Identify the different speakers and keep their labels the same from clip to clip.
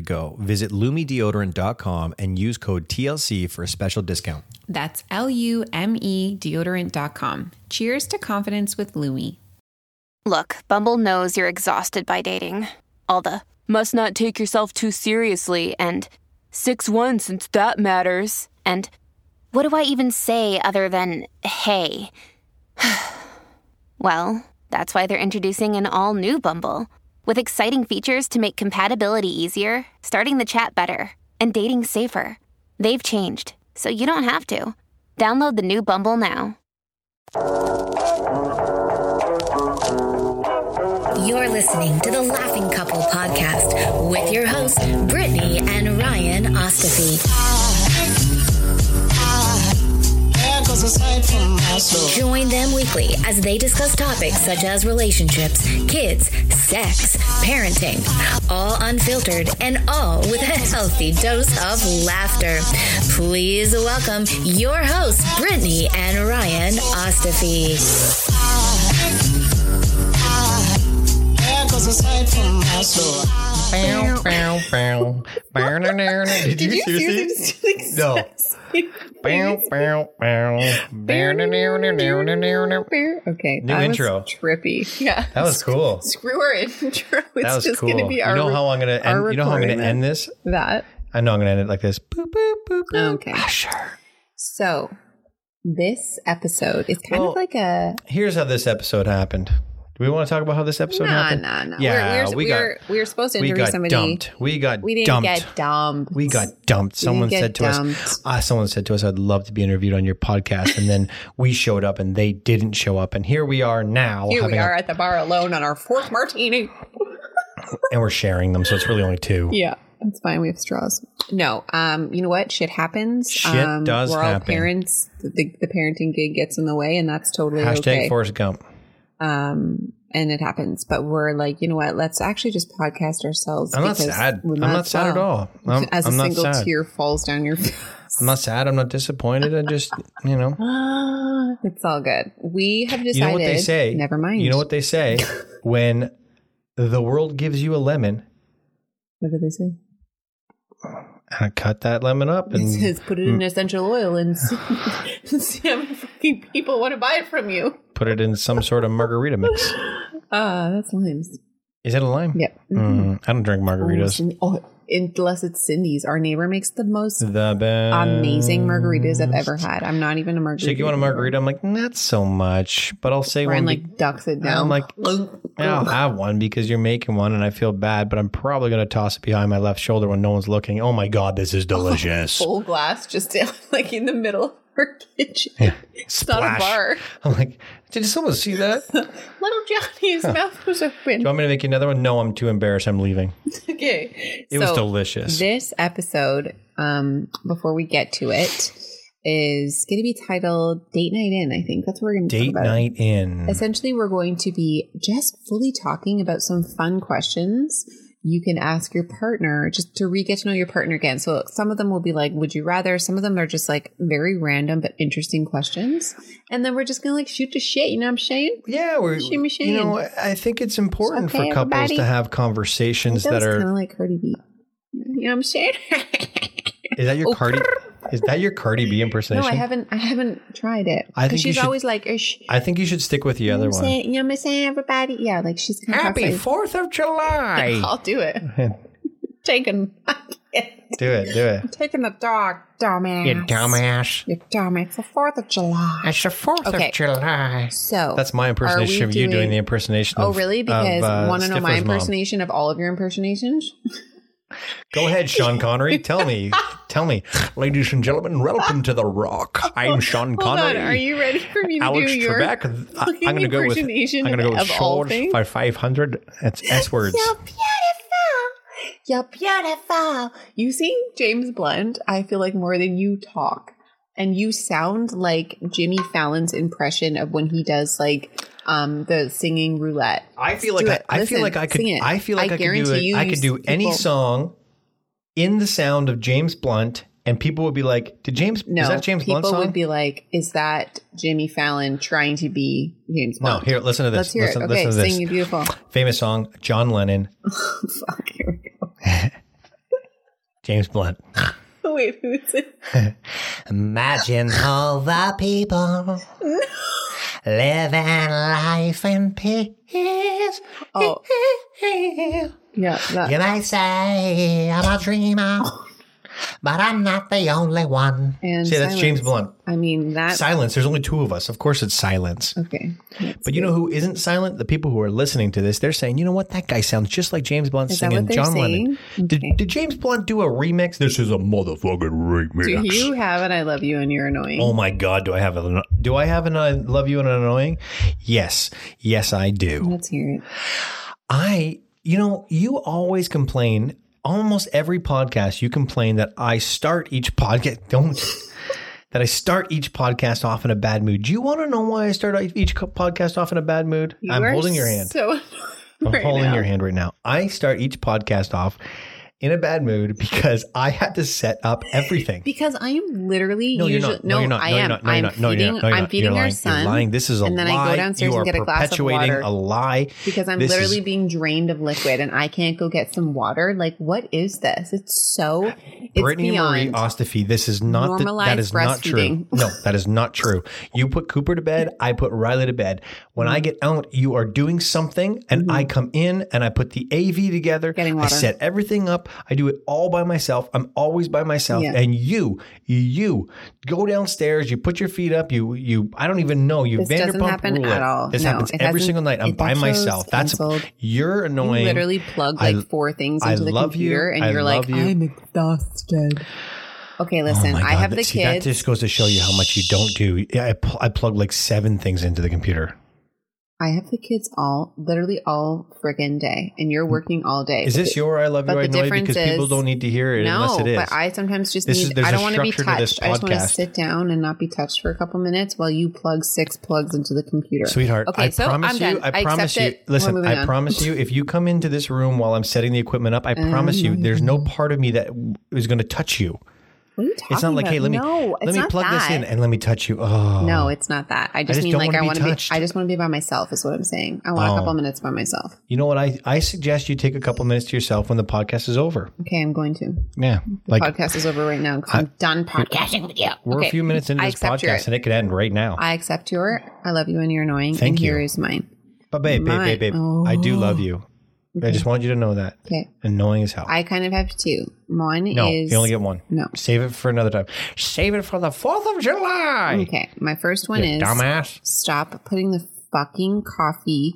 Speaker 1: go. Visit lumideodorant.com and use code TLC for a special discount.
Speaker 2: That's L U M E deodorant.com. Cheers to confidence with Lumi.
Speaker 3: Look, Bumble knows you're exhausted by dating. All the must not take yourself too seriously and 6 1 since that matters. And what do I even say other than hey? well, that's why they're introducing an all new Bumble with exciting features to make compatibility easier, starting the chat better, and dating safer. They've changed, so you don't have to. Download the new Bumble now.
Speaker 4: You're listening to the Laughing Couple podcast with your hosts, Brittany and Ryan Ostafy.
Speaker 5: Echoes aside from my soul.
Speaker 4: Join them weekly as they discuss topics such as relationships, kids, sex, parenting, all unfiltered and all with a healthy dose of laughter. Please welcome your hosts, Brittany and Ryan Ostafy.
Speaker 5: Echoes aside from my soul.
Speaker 6: Bow, bow, bow. Bow, nah, nah, nah. Did you seriously?
Speaker 1: No.
Speaker 6: Bow, bow, bow. Bow, nah, nah, nah, nah, nah, nah, nah.
Speaker 7: Okay.
Speaker 1: New
Speaker 7: that was
Speaker 1: intro.
Speaker 7: trippy. Yeah.
Speaker 6: That was cool.
Speaker 7: Screw our intro. It's
Speaker 6: That was
Speaker 7: just
Speaker 6: cool.
Speaker 7: gonna be
Speaker 6: You
Speaker 7: our
Speaker 6: know how I'm gonna
Speaker 7: our
Speaker 6: end. You know how I'm gonna
Speaker 7: recording
Speaker 6: end this.
Speaker 7: that.
Speaker 6: I know I'm gonna end it like this. Boop, boop, boop, boop. Ah,
Speaker 7: Okay. sure. So this episode is kind
Speaker 6: Well,
Speaker 7: of like a
Speaker 6: Here's how this episode happened. Do we want to talk about how this episode
Speaker 7: no,
Speaker 6: happened?
Speaker 7: no, no.
Speaker 6: Yeah,
Speaker 7: we're, we're,
Speaker 6: we got-
Speaker 7: we're, we were supposed to
Speaker 6: We
Speaker 7: interview
Speaker 6: got
Speaker 7: somebody.
Speaker 6: dumped. We got
Speaker 7: We didn't
Speaker 6: dumped.
Speaker 7: get dumped.
Speaker 6: We got dumped. Someone
Speaker 7: get
Speaker 6: said to
Speaker 7: dumped.
Speaker 6: us, ah, someone said to us, I'd love to be interviewed on your podcast. And then we showed up and they didn't show up. And here we are now
Speaker 7: Here we
Speaker 6: having a-
Speaker 7: are at the bar alone on our fourth martini.
Speaker 6: and we're sharing them. So it's really only two.
Speaker 7: Yeah, that's fine. We have straws. No, um, you know what? Shit happens.
Speaker 6: Shit
Speaker 7: um,
Speaker 6: does
Speaker 7: we're
Speaker 6: happen.
Speaker 7: all parents. The, the parenting gig gets in the way, and that's totally
Speaker 6: Hashtag
Speaker 7: okay.
Speaker 6: Forrest Gump.
Speaker 7: um, and it happens. But we're like, you know what? Let's actually just podcast ourselves.
Speaker 6: I'm not
Speaker 7: because
Speaker 6: sad.
Speaker 7: we're
Speaker 6: I'm not sad at all. I'm,
Speaker 7: As
Speaker 6: I'm
Speaker 7: a
Speaker 6: not
Speaker 7: single
Speaker 6: sad.
Speaker 7: tear falls down your face.
Speaker 6: I'm not sad. I'm not disappointed. I just, you know,
Speaker 7: it's all good. We have
Speaker 6: Ah. you
Speaker 7: decided.
Speaker 6: know what they say.
Speaker 7: Never mind.
Speaker 6: You know what they say when the world gives you a lemon.
Speaker 7: What do they say?
Speaker 6: Mm. uh, Cut that lemon up
Speaker 7: It
Speaker 6: and
Speaker 7: says put it
Speaker 6: Mm.
Speaker 7: in essential oil and see, see how many fucking people want to buy it from you.
Speaker 6: put it in some sort of margarita mix.
Speaker 7: Ah, that's limes.
Speaker 6: Is that a lime?
Speaker 7: Yep.
Speaker 6: Mm, I don't drink margaritas.
Speaker 7: Oh, unless it's Cindy's. Our neighbor makes the most
Speaker 6: the best.
Speaker 7: amazing margaritas I've ever had. I'm not even a margarita.
Speaker 6: Chick, you want a margarita? I'm like, not so much, but I'll say
Speaker 7: Brian
Speaker 6: one. be-
Speaker 7: like ducks it down.
Speaker 6: I'm like, I'll have one because you're making one, and I feel bad, but I'm probably gonna toss it behind my left shoulder when no one's looking. Oh my god, this is delicious!
Speaker 7: full glass just like in the middle of her kitchen. It's not a
Speaker 6: Splash.
Speaker 7: bar.
Speaker 6: I'm like, did someone see that? Do you
Speaker 7: Little Johnny's mouth was open.
Speaker 6: want me to make you another one? No, I'm too embarrassed. I'm leaving.
Speaker 7: Okay.
Speaker 6: It was
Speaker 7: So,
Speaker 6: delicious.
Speaker 7: This episode, um, before we get to it, is going to be titled Date Night In. I think that's what we're going to talk
Speaker 6: Date
Speaker 7: about.
Speaker 6: night in.
Speaker 7: Essentially, we're going to be just fully talking about some fun questions you can ask your partner just to re get to know your partner again. So, some of them will be like, Would you rather? Some of them are just like very random but interesting questions. And then we're just going to like shoot the shit. You know what I'm saying?
Speaker 6: Yeah, we're
Speaker 7: Shimmy
Speaker 6: you know I think it's important
Speaker 7: Okay,
Speaker 6: for couples
Speaker 7: everybody.
Speaker 6: to have conversations that,
Speaker 7: kind
Speaker 6: are.
Speaker 7: of like Cardi B. You know what I'm saying?
Speaker 6: Is that your Cardi? Is that your Cardi B impersonation?
Speaker 7: Oh, no, I haven't. I haven't tried it.
Speaker 6: I think
Speaker 7: 'Cause
Speaker 6: you
Speaker 7: she's
Speaker 6: should-
Speaker 7: always like, "Eh, sh-
Speaker 6: I think you should stick with the other
Speaker 7: you know what I'm
Speaker 6: one.
Speaker 7: saying? You know what I'm saying? Everybody, yeah, like she's kind of
Speaker 6: Fourth of July.
Speaker 7: I'll do it. Taken.
Speaker 6: Do it. Do it.
Speaker 7: Taking the dog, dumbass.
Speaker 8: You dumbass.
Speaker 7: You dumbass. It's the 4th of July.
Speaker 8: It's the 4th
Speaker 7: Okay.
Speaker 8: of July.
Speaker 7: So
Speaker 6: That's my impersonation
Speaker 7: Are we
Speaker 6: of you doing
Speaker 7: doing-
Speaker 6: the impersonation.
Speaker 7: Oh,
Speaker 6: of-
Speaker 7: really? Because
Speaker 6: of, uh,
Speaker 7: want to know my
Speaker 6: Stifler's mom.
Speaker 7: impersonation of all of your impersonations?
Speaker 6: Go ahead, Sean Connery. Tell me. Tell me. Ladies and gentlemen, welcome to The Rock. I'm Sean
Speaker 7: Hold
Speaker 6: Connery.
Speaker 7: on. Are you ready for me to
Speaker 6: Alex
Speaker 7: do your?
Speaker 6: Trebek. I-
Speaker 7: fucking
Speaker 6: I'm going to go with. I'm
Speaker 7: impersonation
Speaker 6: going to go with
Speaker 7: of all
Speaker 6: George
Speaker 7: things?
Speaker 6: by 500. That's S words.
Speaker 7: You're beautiful. You're beautiful. You sing James Blunt, I feel like more than you talk. And you sound like Jimmy Fallon's impression of when he does like um the singing roulette.
Speaker 6: I feel like
Speaker 7: Let's do
Speaker 6: I,
Speaker 7: it.
Speaker 6: I
Speaker 7: Listen,
Speaker 6: feel like I could.
Speaker 7: sing it.
Speaker 6: I feel like
Speaker 7: I
Speaker 6: I, could do
Speaker 7: guarantee
Speaker 6: it.
Speaker 7: you,
Speaker 6: I
Speaker 7: you
Speaker 6: could do
Speaker 7: s-
Speaker 6: any
Speaker 7: people-
Speaker 6: song in the sound of James Blunt, and people would be like, "Did James?
Speaker 7: No,
Speaker 6: is that James
Speaker 7: people
Speaker 6: Blunt song?"
Speaker 7: would be like, "Is that Jimmy Fallon trying to be James
Speaker 6: no,
Speaker 7: Blunt?"
Speaker 6: here, listen to this.
Speaker 7: let's hear
Speaker 6: listen,
Speaker 7: it. Okay,
Speaker 6: listen to this.
Speaker 7: sing you beautiful.
Speaker 6: Famous song, John Lennon,
Speaker 7: Fuck, here we go.
Speaker 6: James Blunt.
Speaker 7: Wait, who's it?
Speaker 8: Imagine all the people living life in peace.
Speaker 7: Oh, yeah, that,
Speaker 8: You may say I'm a dreamer, but I'm not the only one.
Speaker 7: and
Speaker 6: See, that's
Speaker 7: silence.
Speaker 6: James Blunt.
Speaker 7: I mean that.
Speaker 6: Silence. There's only two of us. Of course, it's silence.
Speaker 7: okay,
Speaker 6: But you know who isn't silent? The people who are listening to this. They're saying, you know what? That guy sounds just like James Blunt
Speaker 7: Is that
Speaker 6: singing
Speaker 7: what they're
Speaker 6: John Lennon.
Speaker 7: saying?
Speaker 6: Did,
Speaker 7: Okay.
Speaker 6: did James Blunt do a remix? This is a motherfucking remix.
Speaker 7: do you have it? I love you and you're annoying.
Speaker 6: Oh my God! Do I have an Do I have an I love you and an annoying? Yes, yes, I do.
Speaker 7: Let's hear it.
Speaker 6: I, you know, you always complain. Almost every podcast, you complain that I start each podcast. Don't. That I start each podcast off in a bad mood. Do you want to know why I start each co- podcast off in a bad mood?
Speaker 7: You
Speaker 6: I'm
Speaker 7: are
Speaker 6: holding your hand.
Speaker 7: So
Speaker 6: I'm
Speaker 7: right
Speaker 6: holding
Speaker 7: now.
Speaker 6: your hand right now. I start each podcast off in a bad mood because I had to set up everything.
Speaker 7: because I am literally
Speaker 6: No, you're
Speaker 7: usually
Speaker 6: not. No, you're not.
Speaker 7: I
Speaker 6: no,
Speaker 7: am.
Speaker 6: you're not. No,
Speaker 7: I'm
Speaker 6: you're not. No, you're
Speaker 7: feeding.
Speaker 6: not. No, you're
Speaker 7: I'm
Speaker 6: not.
Speaker 7: feeding
Speaker 6: you're
Speaker 7: our
Speaker 6: lying.
Speaker 7: son.
Speaker 6: You're lying. This is a
Speaker 7: and then
Speaker 6: lie.
Speaker 7: I go downstairs
Speaker 6: you are
Speaker 7: and get a glass of
Speaker 6: perpetuating
Speaker 7: water
Speaker 6: a lie.
Speaker 7: because I'm
Speaker 6: This is-
Speaker 7: literally being drained of liquid and I can't go get some water. Like, what is this? It's so. It's
Speaker 6: Brittany Marie
Speaker 7: beyond.
Speaker 6: Ostafy, this is not the, that
Speaker 7: Normalized
Speaker 6: is not true.
Speaker 7: breastfeeding.
Speaker 6: No, that is not true. You put Cooper to bed, I put Riley to bed. When
Speaker 7: Mm-hmm.
Speaker 6: I get out, you are doing something, and I come in and I put the AV together.
Speaker 7: Getting
Speaker 6: I
Speaker 7: water.
Speaker 6: set everything up. I do it all by myself. I'm always by myself.
Speaker 7: Yeah.
Speaker 6: And you, you go downstairs. You put your feet up. You, you. I don't even know. You
Speaker 7: This doesn't
Speaker 6: Vanderpump
Speaker 7: happen
Speaker 6: rule
Speaker 7: at
Speaker 6: it.
Speaker 7: all.
Speaker 6: This
Speaker 7: No,
Speaker 6: happens
Speaker 7: it
Speaker 6: every
Speaker 7: hasn't-
Speaker 6: single night. I'm
Speaker 7: it-
Speaker 6: by
Speaker 7: that show's
Speaker 6: myself. That's
Speaker 7: canceled.
Speaker 6: you're
Speaker 7: You
Speaker 6: annoying.
Speaker 7: literally plug
Speaker 6: I-
Speaker 7: like four things
Speaker 6: I
Speaker 7: into the
Speaker 6: love you.
Speaker 7: computer, and
Speaker 6: I
Speaker 7: you're like,
Speaker 6: love you.
Speaker 7: I'm exhausted. Okay,
Speaker 6: Oh
Speaker 7: listen,
Speaker 6: my
Speaker 7: I
Speaker 6: God,
Speaker 7: have
Speaker 6: that-
Speaker 7: the
Speaker 6: see,
Speaker 7: kids.
Speaker 6: That just goes to show you how much you don't do. Yeah, I, pl- I plugged like seven things into the computer.
Speaker 7: I have the kids all literally all friggin' day, and you're working all day.
Speaker 6: Mm. Is
Speaker 7: But
Speaker 6: this
Speaker 7: the-
Speaker 6: your I love you
Speaker 7: but
Speaker 6: I
Speaker 7: the
Speaker 6: know you because
Speaker 7: difference
Speaker 6: people
Speaker 7: is-
Speaker 6: don't need to hear it
Speaker 7: No,
Speaker 6: unless it is.
Speaker 7: but I sometimes just
Speaker 6: This is-
Speaker 7: need.
Speaker 6: there's
Speaker 7: I
Speaker 6: a
Speaker 7: don't want to be
Speaker 6: structure to this
Speaker 7: touched. I just want to
Speaker 6: podcast.
Speaker 7: sit down and not be touched for a couple minutes while you plug six plugs into the computer.
Speaker 6: Sweetheart,
Speaker 7: Okay,
Speaker 6: I
Speaker 7: so
Speaker 6: promise
Speaker 7: I'm
Speaker 6: you,
Speaker 7: done.
Speaker 6: I,
Speaker 7: I
Speaker 6: promise
Speaker 7: accept
Speaker 6: you.
Speaker 7: it. We're
Speaker 6: Listen,
Speaker 7: moving
Speaker 6: I
Speaker 7: on.
Speaker 6: promise you, if you come into this room while I'm setting the equipment up, I promise you, there's no
Speaker 7: Um.
Speaker 6: part of me that w- is going to touch you.
Speaker 7: What are you
Speaker 6: It's not
Speaker 7: talking
Speaker 6: like, hey,
Speaker 7: about?
Speaker 6: let me
Speaker 7: No, it's
Speaker 6: let me
Speaker 7: not
Speaker 6: plug this
Speaker 7: that.
Speaker 6: in and let me touch you. Oh,
Speaker 7: No, it's not that. I just,
Speaker 6: just
Speaker 7: mean
Speaker 6: don't
Speaker 7: like
Speaker 6: wanna
Speaker 7: I
Speaker 6: be
Speaker 7: want to be.
Speaker 6: touched.
Speaker 7: I just want to be by myself. Is what I'm saying. I want
Speaker 6: Oh.
Speaker 7: a couple minutes by myself.
Speaker 6: You know what? I I suggest you take a couple minutes to yourself when the podcast is over.
Speaker 7: Okay, I'm going to.
Speaker 6: Yeah,
Speaker 7: The
Speaker 6: like
Speaker 7: podcast is over right now because I'm done podcasting with you.
Speaker 6: we're
Speaker 7: Okay,
Speaker 6: a few minutes into
Speaker 7: I
Speaker 6: this
Speaker 7: accept your-
Speaker 6: podcast and it could end right now.
Speaker 7: I accept your. I love you and you're annoying.
Speaker 6: Thank
Speaker 7: and
Speaker 6: you.
Speaker 7: Here is mine.
Speaker 6: But babe, babe,
Speaker 7: My- Oh.
Speaker 6: babe, babe, I do love you. I just want you to know that.
Speaker 7: Okay.
Speaker 6: Annoying as hell.
Speaker 7: I kind of have two. One
Speaker 6: no,
Speaker 7: is
Speaker 6: you only get one.
Speaker 7: no.
Speaker 6: Save it for another time. Save it for the 4th of July.
Speaker 7: Okay, my first one
Speaker 6: You
Speaker 7: is
Speaker 6: dumbass.
Speaker 7: stop putting the fucking coffee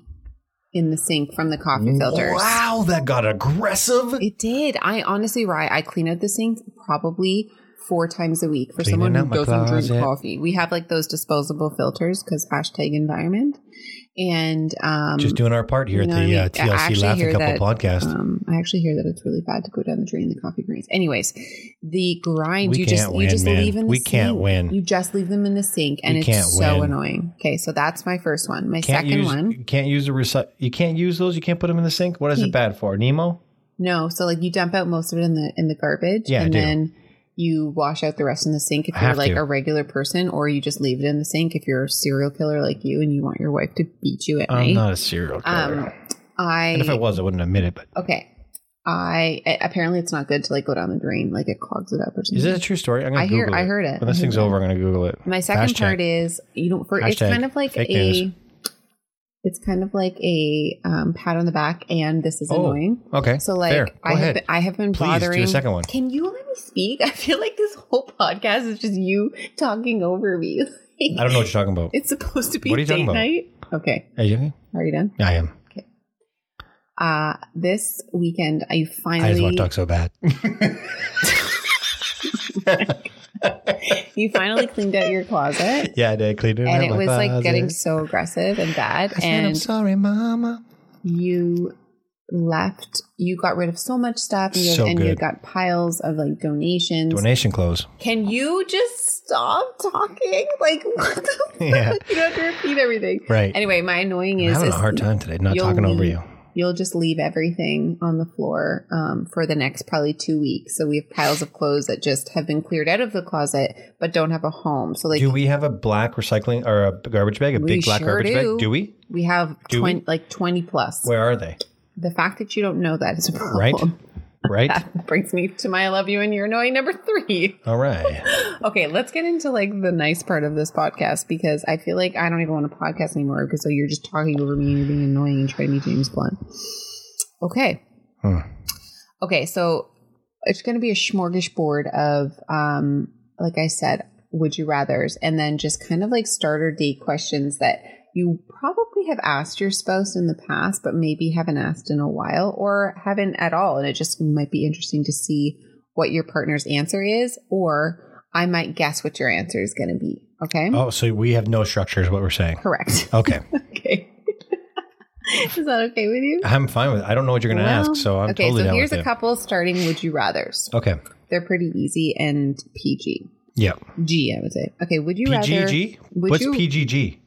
Speaker 7: in the sink from the coffee filters.
Speaker 6: Mm. Wow, that got aggressive.
Speaker 7: It did. I honestly, right? I clean out the sink probably four times a week for
Speaker 6: Cleaning
Speaker 7: someone
Speaker 6: out
Speaker 7: who
Speaker 6: my
Speaker 7: doesn't
Speaker 6: closet.
Speaker 7: drink coffee. We have like those disposable filters because hashtag environment. And um,
Speaker 6: Just doing our part here
Speaker 7: you know
Speaker 6: at the
Speaker 7: what I
Speaker 6: uh,
Speaker 7: mean? I
Speaker 6: TLC
Speaker 7: actually
Speaker 6: Laughing
Speaker 7: hear
Speaker 6: Couple
Speaker 7: that,
Speaker 6: podcast.
Speaker 7: Um, I actually hear that it's really bad to go down the drain. The coffee grains. Anyways, the grind.
Speaker 6: We
Speaker 7: you
Speaker 6: can't
Speaker 7: just
Speaker 6: win,
Speaker 7: you just
Speaker 6: man.
Speaker 7: leave in. The
Speaker 6: We can't
Speaker 7: sink.
Speaker 6: win.
Speaker 7: You just leave them in the sink, and
Speaker 6: We
Speaker 7: it's
Speaker 6: can't
Speaker 7: so
Speaker 6: win.
Speaker 7: annoying. Okay, so that's my first one. My
Speaker 6: can't
Speaker 7: second
Speaker 6: use
Speaker 7: one.
Speaker 6: can't use a recy- you can't use those. You can't put them in the sink. What is it bad for? Nemo?
Speaker 7: No, so like you dump out most of it in the in the garbage,
Speaker 6: Yeah, I
Speaker 7: and
Speaker 6: do.
Speaker 7: then you wash out the rest in the sink if
Speaker 6: I
Speaker 7: you're
Speaker 6: have
Speaker 7: like
Speaker 6: to.
Speaker 7: a regular person, or you just leave it in the sink if you're a serial killer like you, and you want your wife to beat you at
Speaker 6: I'm
Speaker 7: night.
Speaker 6: not a serial killer.
Speaker 7: um, I
Speaker 6: and if I was, I wouldn't admit it. But
Speaker 7: Okay. I a- apparently it's not good to like go down the drain, like it clogs it up or something.
Speaker 6: is it a true story? I'm gonna
Speaker 7: I
Speaker 6: Google
Speaker 7: hear-
Speaker 6: it.
Speaker 7: I heard it.
Speaker 6: When this
Speaker 7: I
Speaker 6: thing's
Speaker 7: heard it.
Speaker 6: over, I'm gonna Google it.
Speaker 7: My second
Speaker 6: Hashtag.
Speaker 7: part is you don't. For, it's
Speaker 6: Hashtag
Speaker 7: kind of like
Speaker 6: fake
Speaker 7: a.
Speaker 6: news.
Speaker 7: It's kind of like a um, pat on the back, and this is annoying.
Speaker 6: Oh, okay.
Speaker 7: So like
Speaker 6: Fair. Go
Speaker 7: I have
Speaker 6: ahead.
Speaker 7: been, I have been
Speaker 6: Please do a
Speaker 7: bothering.
Speaker 6: second one.
Speaker 7: Can you let me speak? I feel like this whole podcast is just you talking over me.
Speaker 6: I don't know what you're talking about.
Speaker 7: It's supposed to be
Speaker 6: What are you
Speaker 7: date
Speaker 6: talking about?
Speaker 7: night. Okay,
Speaker 6: Are you okay?
Speaker 7: are you done?
Speaker 6: I am.
Speaker 7: Uh this weekend I
Speaker 6: I just
Speaker 7: finally
Speaker 6: want to talk so bad.
Speaker 7: you finally cleaned out your closet.
Speaker 6: yeah, I did clean it
Speaker 7: And
Speaker 6: up
Speaker 7: it
Speaker 6: my
Speaker 7: was like getting
Speaker 6: closet.
Speaker 7: so aggressive and bad.
Speaker 6: I said, I'm
Speaker 7: and
Speaker 6: sorry, Mama.
Speaker 7: you left you got rid of so much stuff and, you,
Speaker 6: So
Speaker 7: and you
Speaker 6: good.
Speaker 7: got piles of like donations
Speaker 6: Donation clothes.
Speaker 7: can you just stop talking like what the
Speaker 6: Yeah.
Speaker 7: fuck? you don't have to repeat everything
Speaker 6: Right.
Speaker 7: anyway my annoying
Speaker 6: I'm
Speaker 7: is,
Speaker 6: having a
Speaker 7: is
Speaker 6: hard time today not
Speaker 7: you'll
Speaker 6: talking over
Speaker 7: leave-
Speaker 6: you.
Speaker 7: you'll just leave everything on the floor um, for the next probably two weeks so we have piles of clothes that just have been cleared out of the closet but don't have a home so like
Speaker 6: do we have a black recycling or a garbage bag, a
Speaker 7: We
Speaker 6: big black
Speaker 7: sure
Speaker 6: garbage
Speaker 7: do.
Speaker 6: bag? Do we?
Speaker 7: we have
Speaker 6: Do
Speaker 7: 20, like 20 plus
Speaker 6: Where are they?
Speaker 7: the fact that you don't know that is a problem
Speaker 6: Right? Right?
Speaker 7: that brings me to my I love you and you're annoying number three.
Speaker 6: All right.
Speaker 7: Okay, let's get into like the nice part of this podcast because I feel like I don't even want to podcast anymore because so you're just talking over me and you're being annoying and trying to be James Blunt. Okay.
Speaker 6: Hmm.
Speaker 7: Okay, so it's going to be a smorgasbord of, um, like I said, would you rather's, and then just kind of like starter date questions that you probably have asked your spouse in the past, but maybe haven't asked in a while or haven't at all. And it just might be interesting to see what your partner's answer is, or I might guess what your answer is going to be. Okay.
Speaker 6: Oh, so we have no structure is what we're saying.
Speaker 7: Correct.
Speaker 6: Okay.
Speaker 7: Okay. is that okay with you?
Speaker 6: I'm fine with it. I don't know what you're going to
Speaker 7: Well,
Speaker 6: ask, so I'm
Speaker 7: okay,
Speaker 6: totally
Speaker 7: so
Speaker 6: down
Speaker 7: here's
Speaker 6: with
Speaker 7: a
Speaker 6: it.
Speaker 7: couple starting would you rather's.
Speaker 6: Okay.
Speaker 7: They're pretty easy and PG.
Speaker 6: Yeah.
Speaker 7: G, I would say. Okay, would you rather?
Speaker 6: PGG?
Speaker 7: Would
Speaker 6: What's
Speaker 7: you-
Speaker 6: PGG?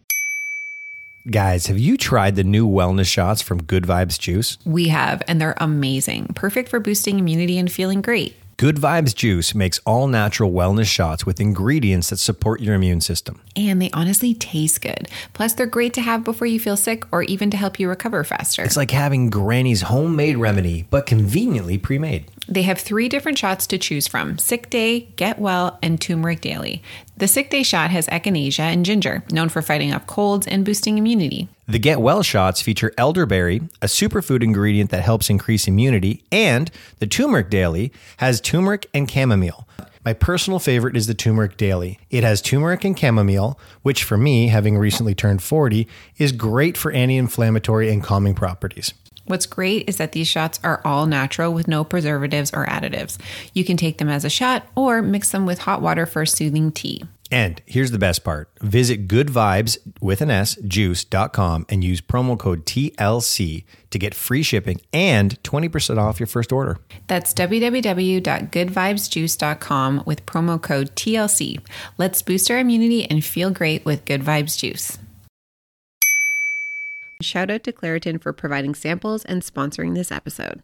Speaker 1: Guys, have you tried the new wellness shots from Good Vibes Juice?
Speaker 2: We have, and they're amazing. Perfect for boosting immunity and feeling great.
Speaker 1: Good Vibes Juice makes all natural wellness shots with ingredients that support your immune system.
Speaker 2: And they honestly taste good. Plus, they're great to have before you feel sick or even to help you recover faster.
Speaker 1: It's like having Granny's homemade remedy, but conveniently pre made.
Speaker 2: They have three different shots to choose from sick day, get well, and turmeric daily. The sick day shot has echinacea and ginger, known for fighting off colds and boosting immunity.
Speaker 1: The Get Well shots feature elderberry, a superfood ingredient that helps increase immunity, and the Turmeric Daily has turmeric and chamomile. My personal favorite is the Turmeric Daily. It has turmeric and chamomile, which for me, having recently turned 40, is great for anti inflammatory and calming properties.
Speaker 2: What's great is that these shots are all natural with no preservatives or additives. You can take them as a shot or mix them with hot water for a soothing tea.
Speaker 1: And here's the best part visit goodvibes with an S juice.com and use promo code TLC to get free shipping and 20% off your first order.
Speaker 2: That's www.goodvibesjuice.com with promo code TLC. Let's boost our immunity and feel great with Good Vibes Juice. Shout out to Claritin for providing samples and sponsoring this episode.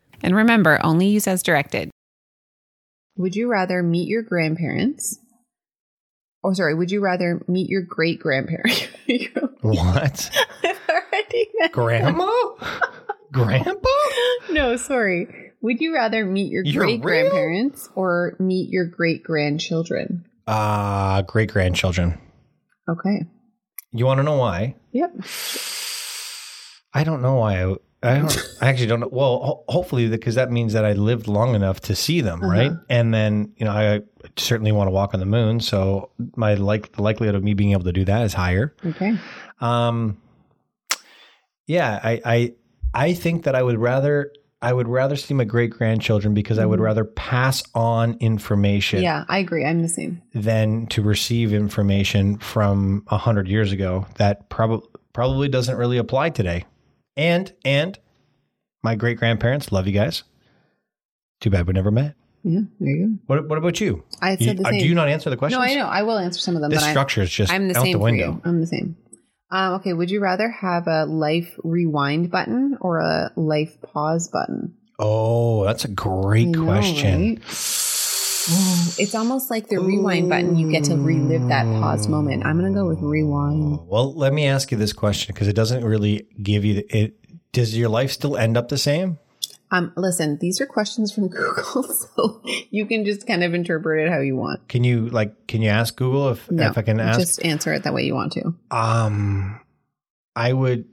Speaker 2: And remember, only use as directed.
Speaker 7: Would you rather meet your grandparents? Oh, sorry. Would you rather meet your great grandparents?
Speaker 6: What?
Speaker 7: I've already met
Speaker 6: Grandma? Grandpa?
Speaker 7: No, sorry. Would you rather meet your
Speaker 6: You're
Speaker 7: great grandparents or meet your great grandchildren?
Speaker 6: Ah, great grandchildren.
Speaker 7: Okay.
Speaker 6: You want to know why?
Speaker 7: Yep.
Speaker 6: I don't know why I I don't. I actually don't know. Well, ho- hopefully, because that means that I lived long enough to see them,
Speaker 7: Uh-huh.
Speaker 6: right? And then you know, I certainly want to walk on the moon, so my like the likelihood of me being able to do that is higher.
Speaker 7: Okay.
Speaker 6: Um, yeah, I, I, I think that I would rather. I would rather see my great grandchildren because I would
Speaker 7: Mm-hmm.
Speaker 6: rather pass on information
Speaker 7: Yeah, I agree. I'm the same.
Speaker 6: than to receive information from a hundred years ago that probably probably doesn't really apply today. And and my great grandparents love you guys. Too bad we never met.
Speaker 7: Yeah, Mm-hmm. there you
Speaker 6: What what about you?
Speaker 7: go. I
Speaker 6: You-
Speaker 7: said the
Speaker 6: uh,
Speaker 7: same.
Speaker 6: do you not answer the
Speaker 7: No,
Speaker 6: questions?
Speaker 7: I know. I will answer some of them.
Speaker 6: This
Speaker 7: but I'm-
Speaker 6: structure is just
Speaker 7: I'm the
Speaker 6: out
Speaker 7: same
Speaker 6: the window.
Speaker 7: for you. I'm the same. Um, okay, would you rather have a life rewind button or a life pause button?
Speaker 6: Oh, that's a great
Speaker 7: I know,
Speaker 6: question.
Speaker 7: right? It's almost like the rewind button. You get to relive that pause moment. I'm going to go with rewind.
Speaker 6: Well, let me ask you this question because it doesn't really give you the, it. Does your life still end up the same?
Speaker 7: Um, listen, these are questions from Google, so you can just kind of interpret it how you want.
Speaker 6: Can you like can you ask Google if
Speaker 7: No,
Speaker 6: if I can ask
Speaker 7: just answer it that way you want to.
Speaker 6: Um, I would,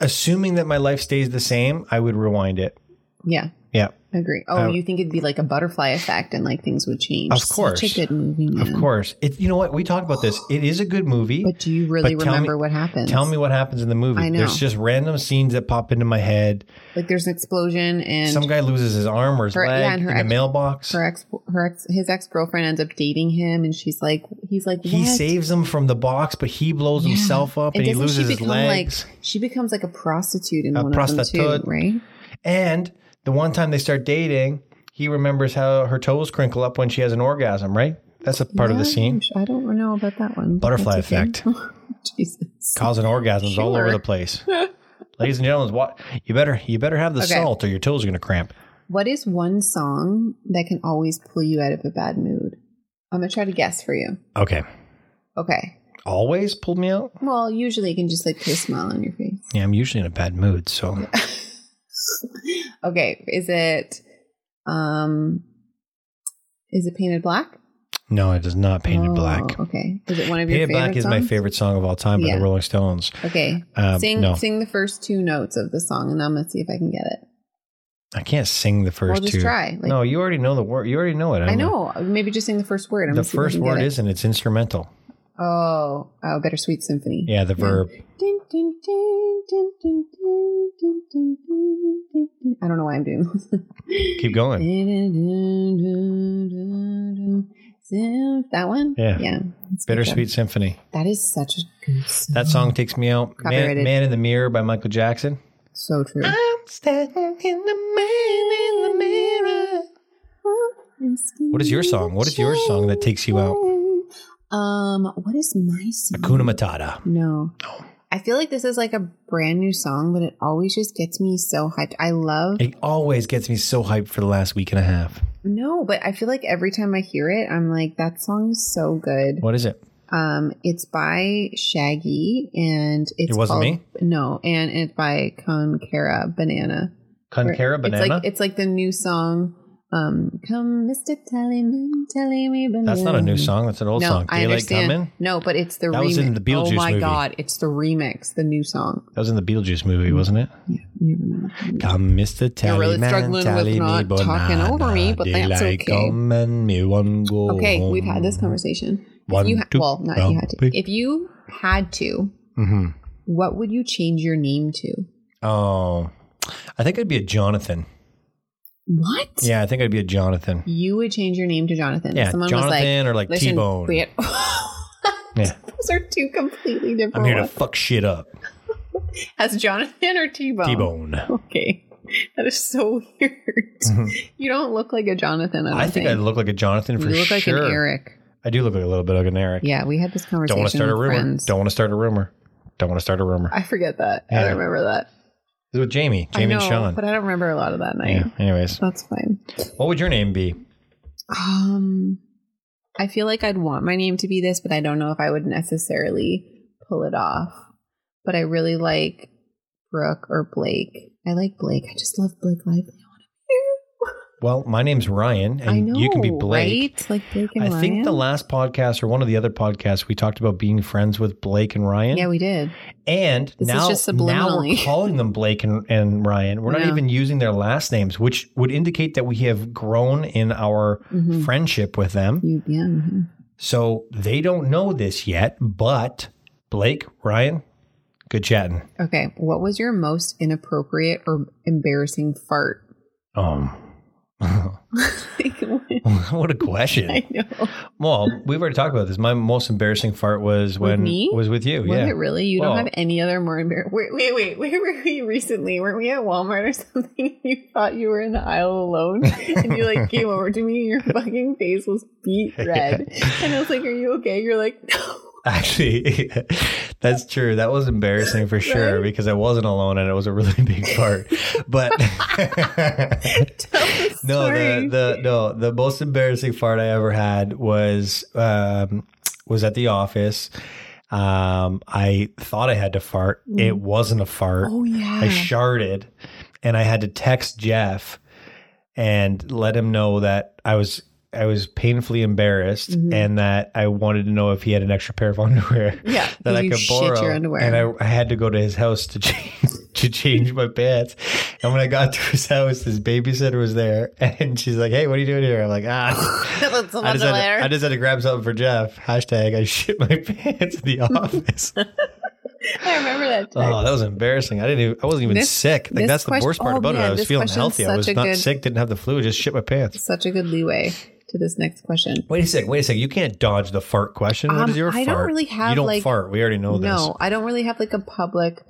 Speaker 6: assuming that my life stays the same, I would rewind it.
Speaker 7: Yeah,
Speaker 6: Yeah,
Speaker 7: I agree. Oh,
Speaker 6: Uh,
Speaker 7: you think it'd be like a butterfly effect and like things would change?
Speaker 6: Of
Speaker 7: Such
Speaker 6: course.
Speaker 7: a good movie.
Speaker 6: of
Speaker 7: man.
Speaker 6: course. It, you know what? We talked about this. It is a good movie.
Speaker 7: But do you really
Speaker 6: But tell
Speaker 7: remember
Speaker 6: me-
Speaker 7: what happens?
Speaker 6: Tell me what happens in the movie.
Speaker 7: I know.
Speaker 6: There's just random scenes that pop into my head.
Speaker 7: Like there's an explosion and
Speaker 6: Some guy loses his arm or his
Speaker 7: Her- yeah,
Speaker 6: leg
Speaker 7: and her
Speaker 6: in the
Speaker 7: ex-
Speaker 6: mailbox.
Speaker 7: her ex, her ex, his ex girlfriend ends up dating him, and she's like, he's like,
Speaker 6: He
Speaker 7: "What?"
Speaker 6: saves him from the box, but he blows himself up and, he
Speaker 7: doesn't she
Speaker 6: loses his
Speaker 7: become,
Speaker 6: legs.
Speaker 7: Like, she becomes like a prostitute in
Speaker 6: A
Speaker 7: one of them
Speaker 6: prostitute.
Speaker 7: too, right?
Speaker 6: and the one time they start dating, he remembers how her toes crinkle up when she has an orgasm. Right? That's a part of the
Speaker 7: Yeah,
Speaker 6: scene.
Speaker 7: I'm sure- I don't know about that one. but
Speaker 6: Butterfly
Speaker 7: that's okay.
Speaker 6: effect.
Speaker 7: Jesus.
Speaker 6: causing orgasms all over
Speaker 7: Sure.
Speaker 6: the place. Ladies and gentlemen, what you better you better have the
Speaker 7: Okay.
Speaker 6: salt or your toes are going to cramp.
Speaker 7: What is one song that can always pull you out of a bad mood? I'm gonna try to guess for you.
Speaker 6: Okay.
Speaker 7: Okay.
Speaker 6: Always pulled me out.
Speaker 7: Well, usually it can just like put a smile on your face.
Speaker 6: Yeah, I'm usually in a bad mood, so
Speaker 7: Okay, is it um is it painted black?
Speaker 6: no, it is not painted
Speaker 7: Oh,
Speaker 6: black.
Speaker 7: Okay. Is it one of your
Speaker 6: Painted
Speaker 7: favorite
Speaker 6: Black is my
Speaker 7: songs?
Speaker 6: favorite song of all time by
Speaker 7: Yeah.
Speaker 6: the Rolling Stones.
Speaker 7: Okay.
Speaker 6: Um,
Speaker 7: sing
Speaker 6: no.
Speaker 7: sing the first two notes of the song and I'm gonna see if I can get it.
Speaker 6: I can't sing the first
Speaker 7: Well, just
Speaker 6: two.
Speaker 7: try, like-
Speaker 6: no, you already know the word. You already know it.
Speaker 7: I know. Maybe just sing the first word. I'm
Speaker 6: The first word is, and it's instrumental.
Speaker 7: Oh, oh, Bittersweet Symphony.
Speaker 6: Yeah, the verb.
Speaker 7: Dun, dun, dun, dun, dun, dun, dun, dun, dun, dun, dun. I don't know why I'm doing this.
Speaker 6: Keep going.
Speaker 7: That one?
Speaker 6: Yeah.
Speaker 7: Yeah. Let's keep
Speaker 6: Bittersweet Symphony.
Speaker 7: going. That is such a good song.
Speaker 6: That song takes me out. Man,
Speaker 7: Copyrighted.
Speaker 6: Man in the Mirror by Michael Jackson.
Speaker 7: so true.
Speaker 6: I'm standing in the man in the mirror. What is your song? What is your song that takes you out?
Speaker 7: Um, what is my song?
Speaker 6: Hakuna Matata.
Speaker 7: No. I feel like this is like a brand new song, but it always just gets me so hyped. I love
Speaker 6: It always gets me so hyped for the last week and a half.
Speaker 7: No, but I feel like every time I hear it, I'm like, that song is so good.
Speaker 6: What is it?
Speaker 7: Um, it's by Shaggy and it's
Speaker 6: It wasn't
Speaker 7: called-
Speaker 6: me?
Speaker 7: No, and it's by Konkara Banana.
Speaker 6: Konkara
Speaker 7: It's
Speaker 6: Banana?
Speaker 7: like it's like the new song. Um, come, Mister Tellyman, Telly me banana.
Speaker 6: That's not a new song. That's an old
Speaker 7: no,
Speaker 6: song.
Speaker 7: I
Speaker 6: Daylight
Speaker 7: understand.
Speaker 6: Coming?
Speaker 7: No, but it's the
Speaker 6: That
Speaker 7: remix.
Speaker 6: was in the
Speaker 7: oh
Speaker 6: Beetlejuice
Speaker 7: my
Speaker 6: movie.
Speaker 7: god, it's the remix, the new song.
Speaker 6: That was in the Beetlejuice movie, wasn't it?
Speaker 7: Yeah, you remember.
Speaker 6: Come, Mr. Tellyman,
Speaker 7: You're really struggling with
Speaker 6: tally
Speaker 7: not
Speaker 6: me
Speaker 7: talking
Speaker 6: banana.
Speaker 7: over me, but that's
Speaker 6: Daylight
Speaker 7: okay.
Speaker 6: come and me one go
Speaker 7: Okay, we've
Speaker 6: home.
Speaker 7: had this conversation. If
Speaker 6: Um, One,
Speaker 7: you ha-
Speaker 6: two,
Speaker 7: well, not if you had
Speaker 6: three.
Speaker 7: to. If you had to,
Speaker 6: Mhm.
Speaker 7: what would you change your name to?
Speaker 6: Oh, I think I'd be a Jonathan.
Speaker 7: What?
Speaker 6: Yeah, I think I'd be a Jonathan.
Speaker 7: You would change your name to Jonathan.
Speaker 6: Yeah,
Speaker 7: Someone
Speaker 6: Jonathan
Speaker 7: was like,
Speaker 6: or like
Speaker 7: "Listen,
Speaker 6: T-Bone.
Speaker 7: we had-
Speaker 6: Yeah.
Speaker 7: Those are two completely different.
Speaker 6: I'm here to
Speaker 7: ones.
Speaker 6: fuck shit up.
Speaker 7: As Jonathan or T-Bone?
Speaker 6: T-Bone.
Speaker 7: Okay. That is so weird. you don't look like a Jonathan. I, don't
Speaker 6: Mm-hmm. I think I look like a Jonathan for
Speaker 7: Mm-hmm. You look
Speaker 6: sure.
Speaker 7: like an Eric.
Speaker 6: I do look like a little bit of an Eric.
Speaker 7: Yeah, we had this conversation.
Speaker 6: Don't want to start a
Speaker 7: with
Speaker 6: rumor.
Speaker 7: friends.
Speaker 6: Don't want to start a rumor. Don't want to start a rumor.
Speaker 7: I forget that. I
Speaker 6: Yeah.
Speaker 7: don't remember that.
Speaker 6: It was with Jamie,
Speaker 7: I
Speaker 6: Jamie
Speaker 7: know,
Speaker 6: and Sean.
Speaker 7: but I don't remember a lot of that night.
Speaker 6: yeah. Anyways,
Speaker 7: That's fine.
Speaker 6: what would your name be?
Speaker 7: Um, I feel like I'd want my name to be this, but I don't know if I would necessarily pull it off. But I really like Brooke or Blake. I like Blake. I just love Blake Lively. I want to be
Speaker 6: Well, my name's Ryan, and
Speaker 2: I know.
Speaker 6: you can be Blake.
Speaker 2: Right? Like Blake and
Speaker 6: I
Speaker 2: Ryan.
Speaker 6: think the last podcast or one of the other podcasts we talked about being friends with Blake and Ryan.
Speaker 2: Yeah, we did.
Speaker 6: and
Speaker 2: This is
Speaker 6: now,
Speaker 2: just
Speaker 6: now we're
Speaker 2: subliminally.
Speaker 6: calling them Blake and, and Ryan. We're not
Speaker 2: Yeah.
Speaker 6: even using their last names, which would indicate that we have grown in our
Speaker 2: Mhm.
Speaker 6: friendship with them.
Speaker 2: You, yeah.
Speaker 7: mm-hmm.
Speaker 2: mhm.
Speaker 6: So they don't know this yet, but Blake, Ryan, good chatting.
Speaker 2: Okay. What was your most inappropriate or embarrassing fart?
Speaker 6: Um,
Speaker 2: Like,
Speaker 6: what a question.
Speaker 2: I know.
Speaker 6: Well, we've already talked about this. My most embarrassing fart was when
Speaker 2: me?
Speaker 6: was with you.
Speaker 2: Was
Speaker 6: yeah.
Speaker 2: it really? You
Speaker 6: Well-
Speaker 2: don't have any other more embarrassing. Wait, wait, wait. Where were we recently? Weren't we at Walmart or something? You thought you were in the aisle alone, and you like came over to me, and your fucking face was beat red, and I was like, "Are you okay?" You're like, "No."
Speaker 6: Actually, that's true. That was embarrassing for sure
Speaker 2: Right?
Speaker 6: because I wasn't alone and it was a really big fart. But
Speaker 2: Tell the
Speaker 6: no, the,
Speaker 2: story.
Speaker 6: the no the most embarrassing fart I ever had was um, was at the office. Um, I thought I had to fart. It wasn't a fart.
Speaker 2: oh yeah.
Speaker 6: I sharded and I had to text Jeff and let him know that I was I was painfully embarrassed
Speaker 2: Mm-hmm.
Speaker 6: and that I wanted to know if he had an extra pair of underwear
Speaker 2: Yeah,
Speaker 6: that I
Speaker 2: you
Speaker 6: could
Speaker 2: shit
Speaker 6: borrow.
Speaker 2: your underwear.
Speaker 6: And I, I had to go to his house to change to change my pants. And when I got to his house, his babysitter was there and she's like, Hey, what are you doing here? I'm like, ah
Speaker 2: That's so
Speaker 6: I
Speaker 2: much
Speaker 6: just, had
Speaker 2: later.
Speaker 6: to, I just had to grab something for Jeff. Hashtag I shit my pants in the office.
Speaker 2: I remember that. text.
Speaker 6: Oh, that was embarrassing. I didn't even, I wasn't even
Speaker 2: This-
Speaker 6: sick. Like
Speaker 2: this
Speaker 6: that's the
Speaker 2: question-
Speaker 6: worst part
Speaker 2: oh,
Speaker 6: about it. I
Speaker 2: man,
Speaker 6: was
Speaker 2: this
Speaker 6: feeling
Speaker 2: question's
Speaker 6: healthy. I
Speaker 2: such
Speaker 6: was
Speaker 2: a
Speaker 6: not
Speaker 2: good-
Speaker 6: sick, didn't have the flu, just shit my pants.
Speaker 2: Such a good leeway to this next question.
Speaker 6: Wait a sec, wait a sec. You can't dodge the fart question. what
Speaker 2: Um,
Speaker 6: is your
Speaker 2: I
Speaker 6: fart?
Speaker 2: don't really have,
Speaker 6: You don't
Speaker 2: like-
Speaker 6: fart. We already know
Speaker 2: no,
Speaker 6: this.
Speaker 2: I don't really have like a public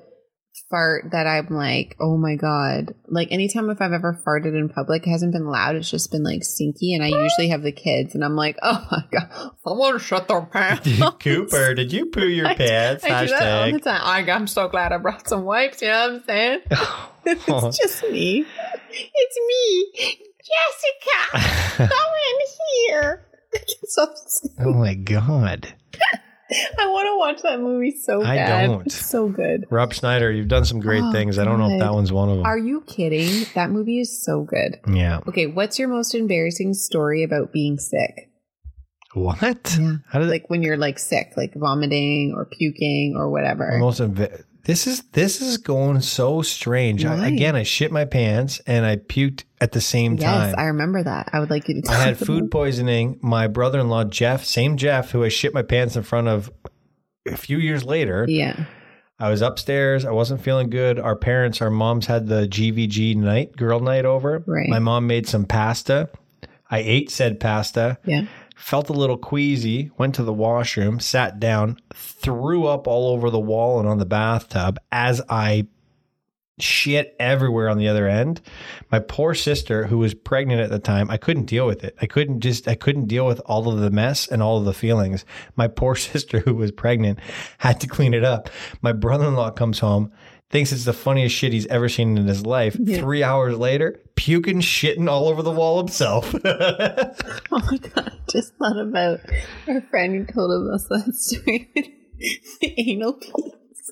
Speaker 2: fart that I'm like, oh my god. Like anytime if I've ever farted in public, it hasn't been loud. It's just been like stinky, and I usually have the kids, and I'm like, oh my god, someone shut their pants.
Speaker 6: Cooper, did you poo your
Speaker 2: I-
Speaker 6: pants?
Speaker 2: I do that all the
Speaker 6: Hashtag.
Speaker 2: time. I, I'm so glad I brought some wipes. You know what I'm saying? it's just me. It's me, Jessica. Come in here. So-
Speaker 6: oh my god.
Speaker 2: I want to watch that movie so
Speaker 6: I
Speaker 2: bad.
Speaker 6: don't.
Speaker 2: It's so good.
Speaker 6: Rob Schneider, you've done some great
Speaker 2: Oh,
Speaker 6: things. I don't know if
Speaker 2: God.
Speaker 6: that one's one of them.
Speaker 2: Are you kidding? That movie is so good.
Speaker 6: yeah.
Speaker 2: Okay, what's your most embarrassing story about being sick?
Speaker 6: What? How did
Speaker 2: Like when you're like sick, like vomiting or puking or
Speaker 6: The
Speaker 2: whatever.
Speaker 6: most inv- this is this is going so strange. I,
Speaker 2: Why?
Speaker 6: again, I shit my pants and I puked at the same
Speaker 2: Yes,
Speaker 6: time.
Speaker 2: I remember that. I would like you to
Speaker 6: I
Speaker 2: tell
Speaker 6: had food poisoning. My brother-in-law Jeff, same Jeff who I shit my pants in front of a few years later.
Speaker 2: Yeah.
Speaker 6: I was upstairs. I wasn't feeling good. Our parents, our moms had the GVG night, girl night over.
Speaker 2: Right.
Speaker 6: My mom made some pasta. I ate said pasta.
Speaker 2: Yeah.
Speaker 6: Felt a little queasy, went to the washroom, sat down, threw up all over the wall and on the bathtub as I shit everywhere on the other end. My poor sister, who was pregnant at the time, I couldn't deal with it. I couldn't just, I couldn't deal with all of the mess and all of the feelings. My poor sister, who was pregnant, had to clean it up. My brother in law comes home, thinks it's the funniest shit he's ever seen in his life. Three hours later, puking, shitting all over the wall himself.
Speaker 2: Oh my god, just thought about our friend who told us that story. the anal piece.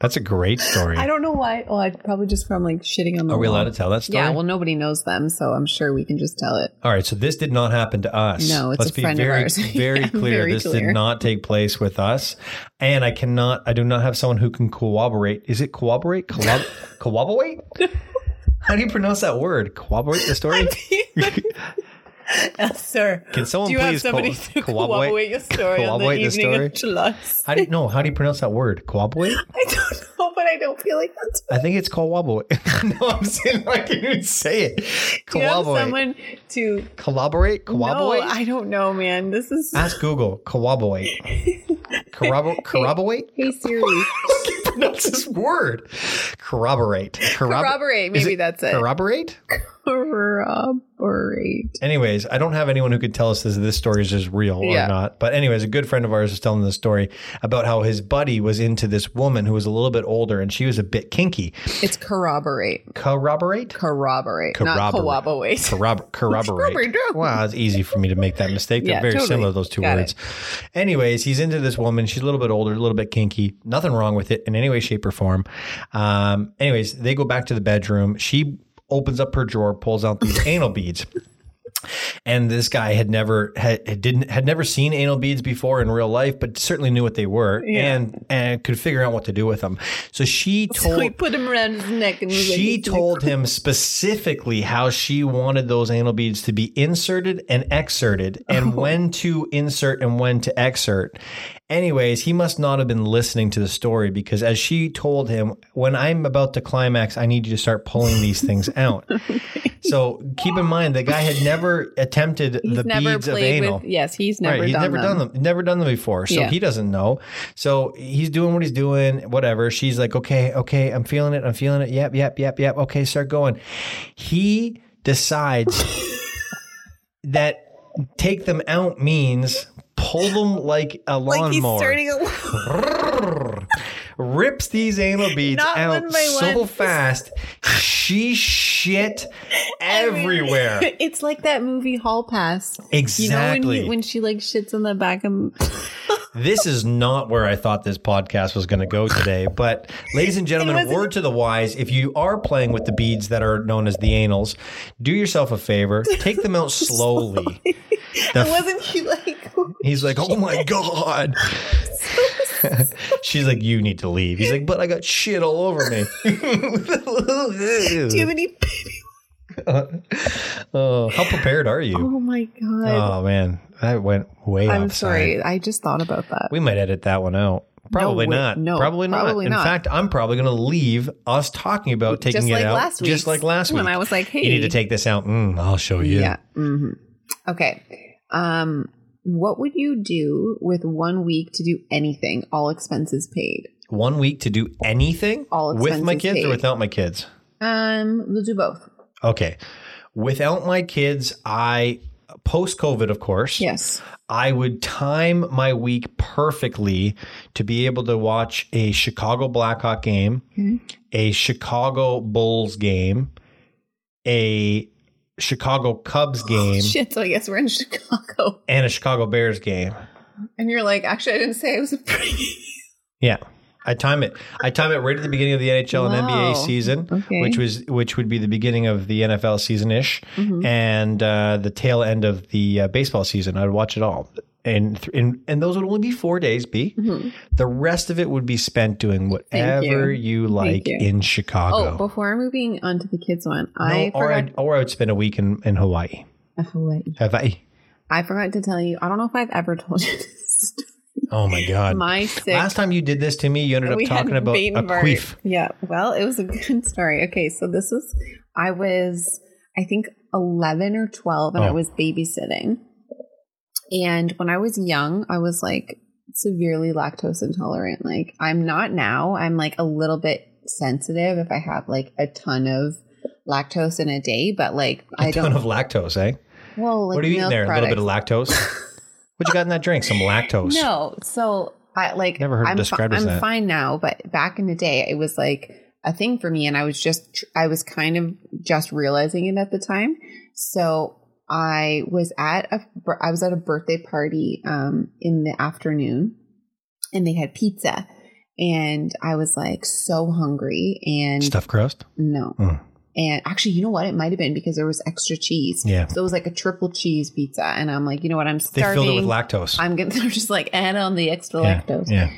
Speaker 6: That's a great story.
Speaker 2: I don't know why. Oh, I probably just from like shitting on the
Speaker 6: Are we
Speaker 2: wall.
Speaker 6: allowed to tell that story?
Speaker 2: Yeah, well, nobody knows them, so I'm sure we can just tell it.
Speaker 6: All right, so this did not happen to us.
Speaker 2: No, it's
Speaker 6: Let's
Speaker 2: a
Speaker 6: be
Speaker 2: friend of
Speaker 6: very,
Speaker 2: ours.
Speaker 6: very
Speaker 2: Yeah,
Speaker 6: clear.
Speaker 2: very
Speaker 6: this
Speaker 2: clear.
Speaker 6: did not take place with us, and I cannot. I do not have someone who can corroborate. Is it corroborate? Collab- corroborate? How do you pronounce that word? Corroborate the story?
Speaker 2: Yes, Uh, sir.
Speaker 6: Can someone please co- corroborate-
Speaker 2: your story
Speaker 6: corroborate the story?
Speaker 2: July?
Speaker 6: How do you, no? How do you pronounce that word? Corroborate?
Speaker 2: I don't know, but I don't feel like that's.
Speaker 6: I think it's corroborate. no, I'm saying I can't even say it.
Speaker 2: Do you have
Speaker 6: Corroborate.
Speaker 2: someone to?
Speaker 6: Collaborate. Corroborate.
Speaker 2: No, I don't know, man. This is.
Speaker 6: Ask Google. Corroborate. Corroborate. Corroborate.
Speaker 2: Hey Siri,
Speaker 6: pronounce this word? Corroborate. Corrob-
Speaker 2: corroborate.
Speaker 6: Is
Speaker 2: Maybe that's it.
Speaker 6: Corroborate?
Speaker 2: Corroborate.
Speaker 6: Anyways, I don't have anyone who could tell us this, this story is just real or
Speaker 2: Yeah.
Speaker 6: not. But, anyways, a good friend of ours is telling this story about how his buddy was into this woman who was a little bit older and she was a bit kinky.
Speaker 2: It's corroborate.
Speaker 6: Corroborate?
Speaker 2: Corroborate, not
Speaker 6: Corroborate.
Speaker 2: corroborate.
Speaker 6: Corrob- corroborate.
Speaker 2: Corroborate.
Speaker 6: wow, it's easy for me to make that mistake. They're
Speaker 2: Yeah,
Speaker 6: very
Speaker 2: totally.
Speaker 6: similar, those two
Speaker 2: Got
Speaker 6: words. Anyways, he's into this woman. She's a little bit older, a little bit kinky. Nothing wrong with it in any way, shape, or form. Um, anyways, they go back to the bedroom. She opens up her drawer, pulls out these anal beads. And this guy had never had had didn't had never seen anal beads before in real life, but certainly knew what they were and and could figure out what to do with them. So she told
Speaker 7: So he put him around his neck and was like,
Speaker 6: she
Speaker 7: "It's gonna
Speaker 6: told him specifically how she wanted those anal beads to be inserted and exerted
Speaker 7: Oh
Speaker 6: and when to insert and when to exert. Anyways, he must not have been listening to the story because as she told him, when I'm about to climax, I need you to start pulling these things out. So keep in mind the guy had never attempted
Speaker 7: He's
Speaker 6: the
Speaker 7: never
Speaker 6: beads of
Speaker 7: played
Speaker 6: anal.
Speaker 7: with. Yes, he's never
Speaker 6: he's
Speaker 7: done
Speaker 6: never done
Speaker 7: them.
Speaker 6: them. Never done them before, so
Speaker 7: Yeah.
Speaker 6: he doesn't know. So he's doing what he's doing, whatever. She's like, okay, okay, I'm feeling it, I'm feeling it. Yep, yep, yep, yep. Okay, start going. He decides that take them out means pull them like a
Speaker 7: Like he's
Speaker 6: lawnmower.
Speaker 7: starting a
Speaker 6: rips these anal beads
Speaker 7: Not
Speaker 6: out
Speaker 7: one by
Speaker 6: so
Speaker 7: one.
Speaker 6: fast, she shit everywhere.
Speaker 7: it's like that movie Hall Pass. You know when,
Speaker 6: Exactly.
Speaker 7: he, when she like shits on the back of
Speaker 6: This is not where I thought this podcast was going to go today, but ladies and gentlemen, word to the wise, if you are playing with the beads that are known as the anals, do yourself a favor, take them out slowly. The-
Speaker 7: wasn't he like
Speaker 6: he's like, "Oh my god." She's like, "You need to leave." He's like, "But I got shit all over me."
Speaker 7: do you have any
Speaker 6: oh, how prepared are you?
Speaker 7: Oh my god.
Speaker 6: Oh man, that went way
Speaker 7: I'm
Speaker 6: offside.
Speaker 7: sorry. I just thought about that.
Speaker 6: We might edit that one out. Probably
Speaker 7: way-
Speaker 6: not.
Speaker 7: no,
Speaker 6: probably not.
Speaker 7: probably
Speaker 6: In
Speaker 7: not.
Speaker 6: fact, I'm probably going to leave us talking about taking
Speaker 7: just
Speaker 6: it
Speaker 7: like
Speaker 6: out,
Speaker 7: last week.
Speaker 6: just like last week.
Speaker 7: When I was like, hey.
Speaker 6: you need to take this out. Mm, I'll show you.
Speaker 7: Yeah. hmm Okay. Um what would you do with one week to do anything, all expenses paid?
Speaker 6: One week to do anything
Speaker 7: All
Speaker 6: with my
Speaker 7: expenses
Speaker 6: kids or
Speaker 7: paid.
Speaker 6: without my kids.
Speaker 7: Um, we'll do both.
Speaker 6: Okay, without my kids, I post COVID, of course.
Speaker 7: Yes.
Speaker 6: I would time my week perfectly to be able to watch a Chicago Blackhawk game, a Chicago Bulls game, a Chicago Cubs game,
Speaker 7: Oh, Shit, so I guess we're in Chicago.
Speaker 6: and a Chicago Bears game.
Speaker 7: And you're like, actually I didn't say I was a
Speaker 6: Yeah. I time it. I time it right at the beginning of the NHL and
Speaker 7: Wow.
Speaker 6: NBA season,
Speaker 7: Okay.
Speaker 6: which was which would be the beginning of the NFL season ish,
Speaker 7: Mm-hmm.
Speaker 6: and uh, the tail end of the uh, baseball season. I'd watch it all, and th- and and those would only be four days. B.
Speaker 7: Mm-hmm.
Speaker 6: The rest of it would be spent doing whatever you. like
Speaker 7: you.
Speaker 6: in
Speaker 7: Oh,
Speaker 6: Chicago.
Speaker 7: before moving on to the kids one,
Speaker 6: No,
Speaker 7: I
Speaker 6: or
Speaker 7: forgot
Speaker 6: I'd, or I would spend a week in in Hawaii.
Speaker 7: Hawaii.
Speaker 6: Hawaii.
Speaker 7: I forgot to tell you. I don't know if I've ever told you this.
Speaker 6: Oh my God.
Speaker 7: My sick.
Speaker 6: Last time you did this to me, you ended up talking about a
Speaker 7: Baden-Württemberg.
Speaker 6: queef.
Speaker 7: Yeah. Well, it was a good story. Okay, so this was I was I think eleven or twelve, and I
Speaker 6: Oh.
Speaker 7: was babysitting. And when I was young, I was like severely lactose intolerant. Like I'm not now. I'm like a little bit sensitive if I have like a ton of lactose in a day, but like I
Speaker 6: A
Speaker 7: I
Speaker 6: ton
Speaker 7: don't.
Speaker 6: of lactose, eh?
Speaker 7: well, like
Speaker 6: what are you eating
Speaker 7: milk
Speaker 6: there?
Speaker 7: Products.
Speaker 6: A little bit of lactose. what you got in that drink? Some lactose.
Speaker 7: No, so I like
Speaker 6: Never heard it
Speaker 7: I'm,
Speaker 6: described
Speaker 7: fi-
Speaker 6: as
Speaker 7: I'm
Speaker 6: that.
Speaker 7: fine now, but back in the day, it was like a thing for me, and I was just tr- I was kind of just realizing it at the time. So I was at a bir- I was at a birthday party um, in the afternoon, and they had pizza, and I was like so hungry, and
Speaker 6: Stuffed crust.
Speaker 7: no.
Speaker 6: Mm.
Speaker 7: And actually, you know what? It might have been because there was extra cheese.
Speaker 6: Yeah.
Speaker 7: So it was like a triple cheese pizza. And I'm like, you know what? I'm
Speaker 6: They
Speaker 7: starving.
Speaker 6: filled it with lactose.
Speaker 7: I'm gonna they're just like add on the extra
Speaker 6: yeah.
Speaker 7: lactose.
Speaker 6: Yeah.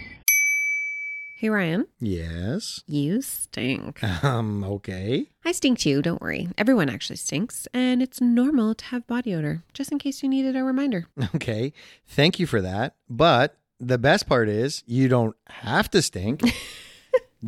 Speaker 2: Hey, Ryan,
Speaker 9: Yes.
Speaker 2: you stink.
Speaker 9: Um, okay.
Speaker 2: I stink too, don't worry. Everyone actually stinks, and it's normal to have body odor, just in case you needed a reminder.
Speaker 9: Okay. Thank you for that. But the best part is you don't have to stink.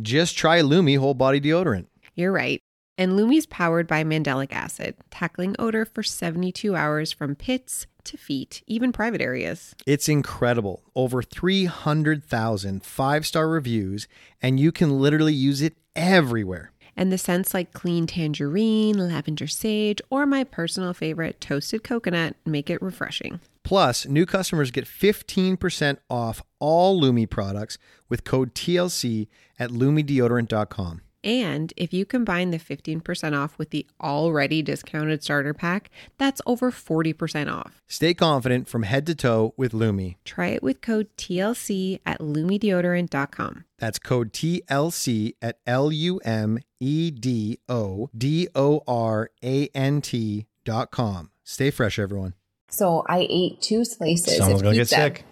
Speaker 9: Just try Lumi whole body deodorant.
Speaker 2: You're right. And Lumi's powered by mandelic acid, tackling odor for 72 hours from pits to feet, even private areas.
Speaker 9: It's incredible. Over 300,000 five star reviews, and you can literally use it everywhere.
Speaker 2: And the scents like clean tangerine, lavender sage, or my personal favorite, toasted coconut, make it refreshing.
Speaker 9: Plus, new customers get 15% off all Lumi products with code TLC at lumideodorant.com.
Speaker 2: And if you combine the 15% off with the already discounted starter pack, that's over 40% off.
Speaker 9: Stay confident from head to toe with Lumi.
Speaker 2: Try it with code TLC at lumideodorant.com.
Speaker 9: That's code TLC at L U M E D O D O R A N T dot com. Stay fresh, everyone.
Speaker 7: So I ate two slices.
Speaker 6: Someone's
Speaker 7: of
Speaker 6: gonna get
Speaker 7: pizza,
Speaker 6: sick.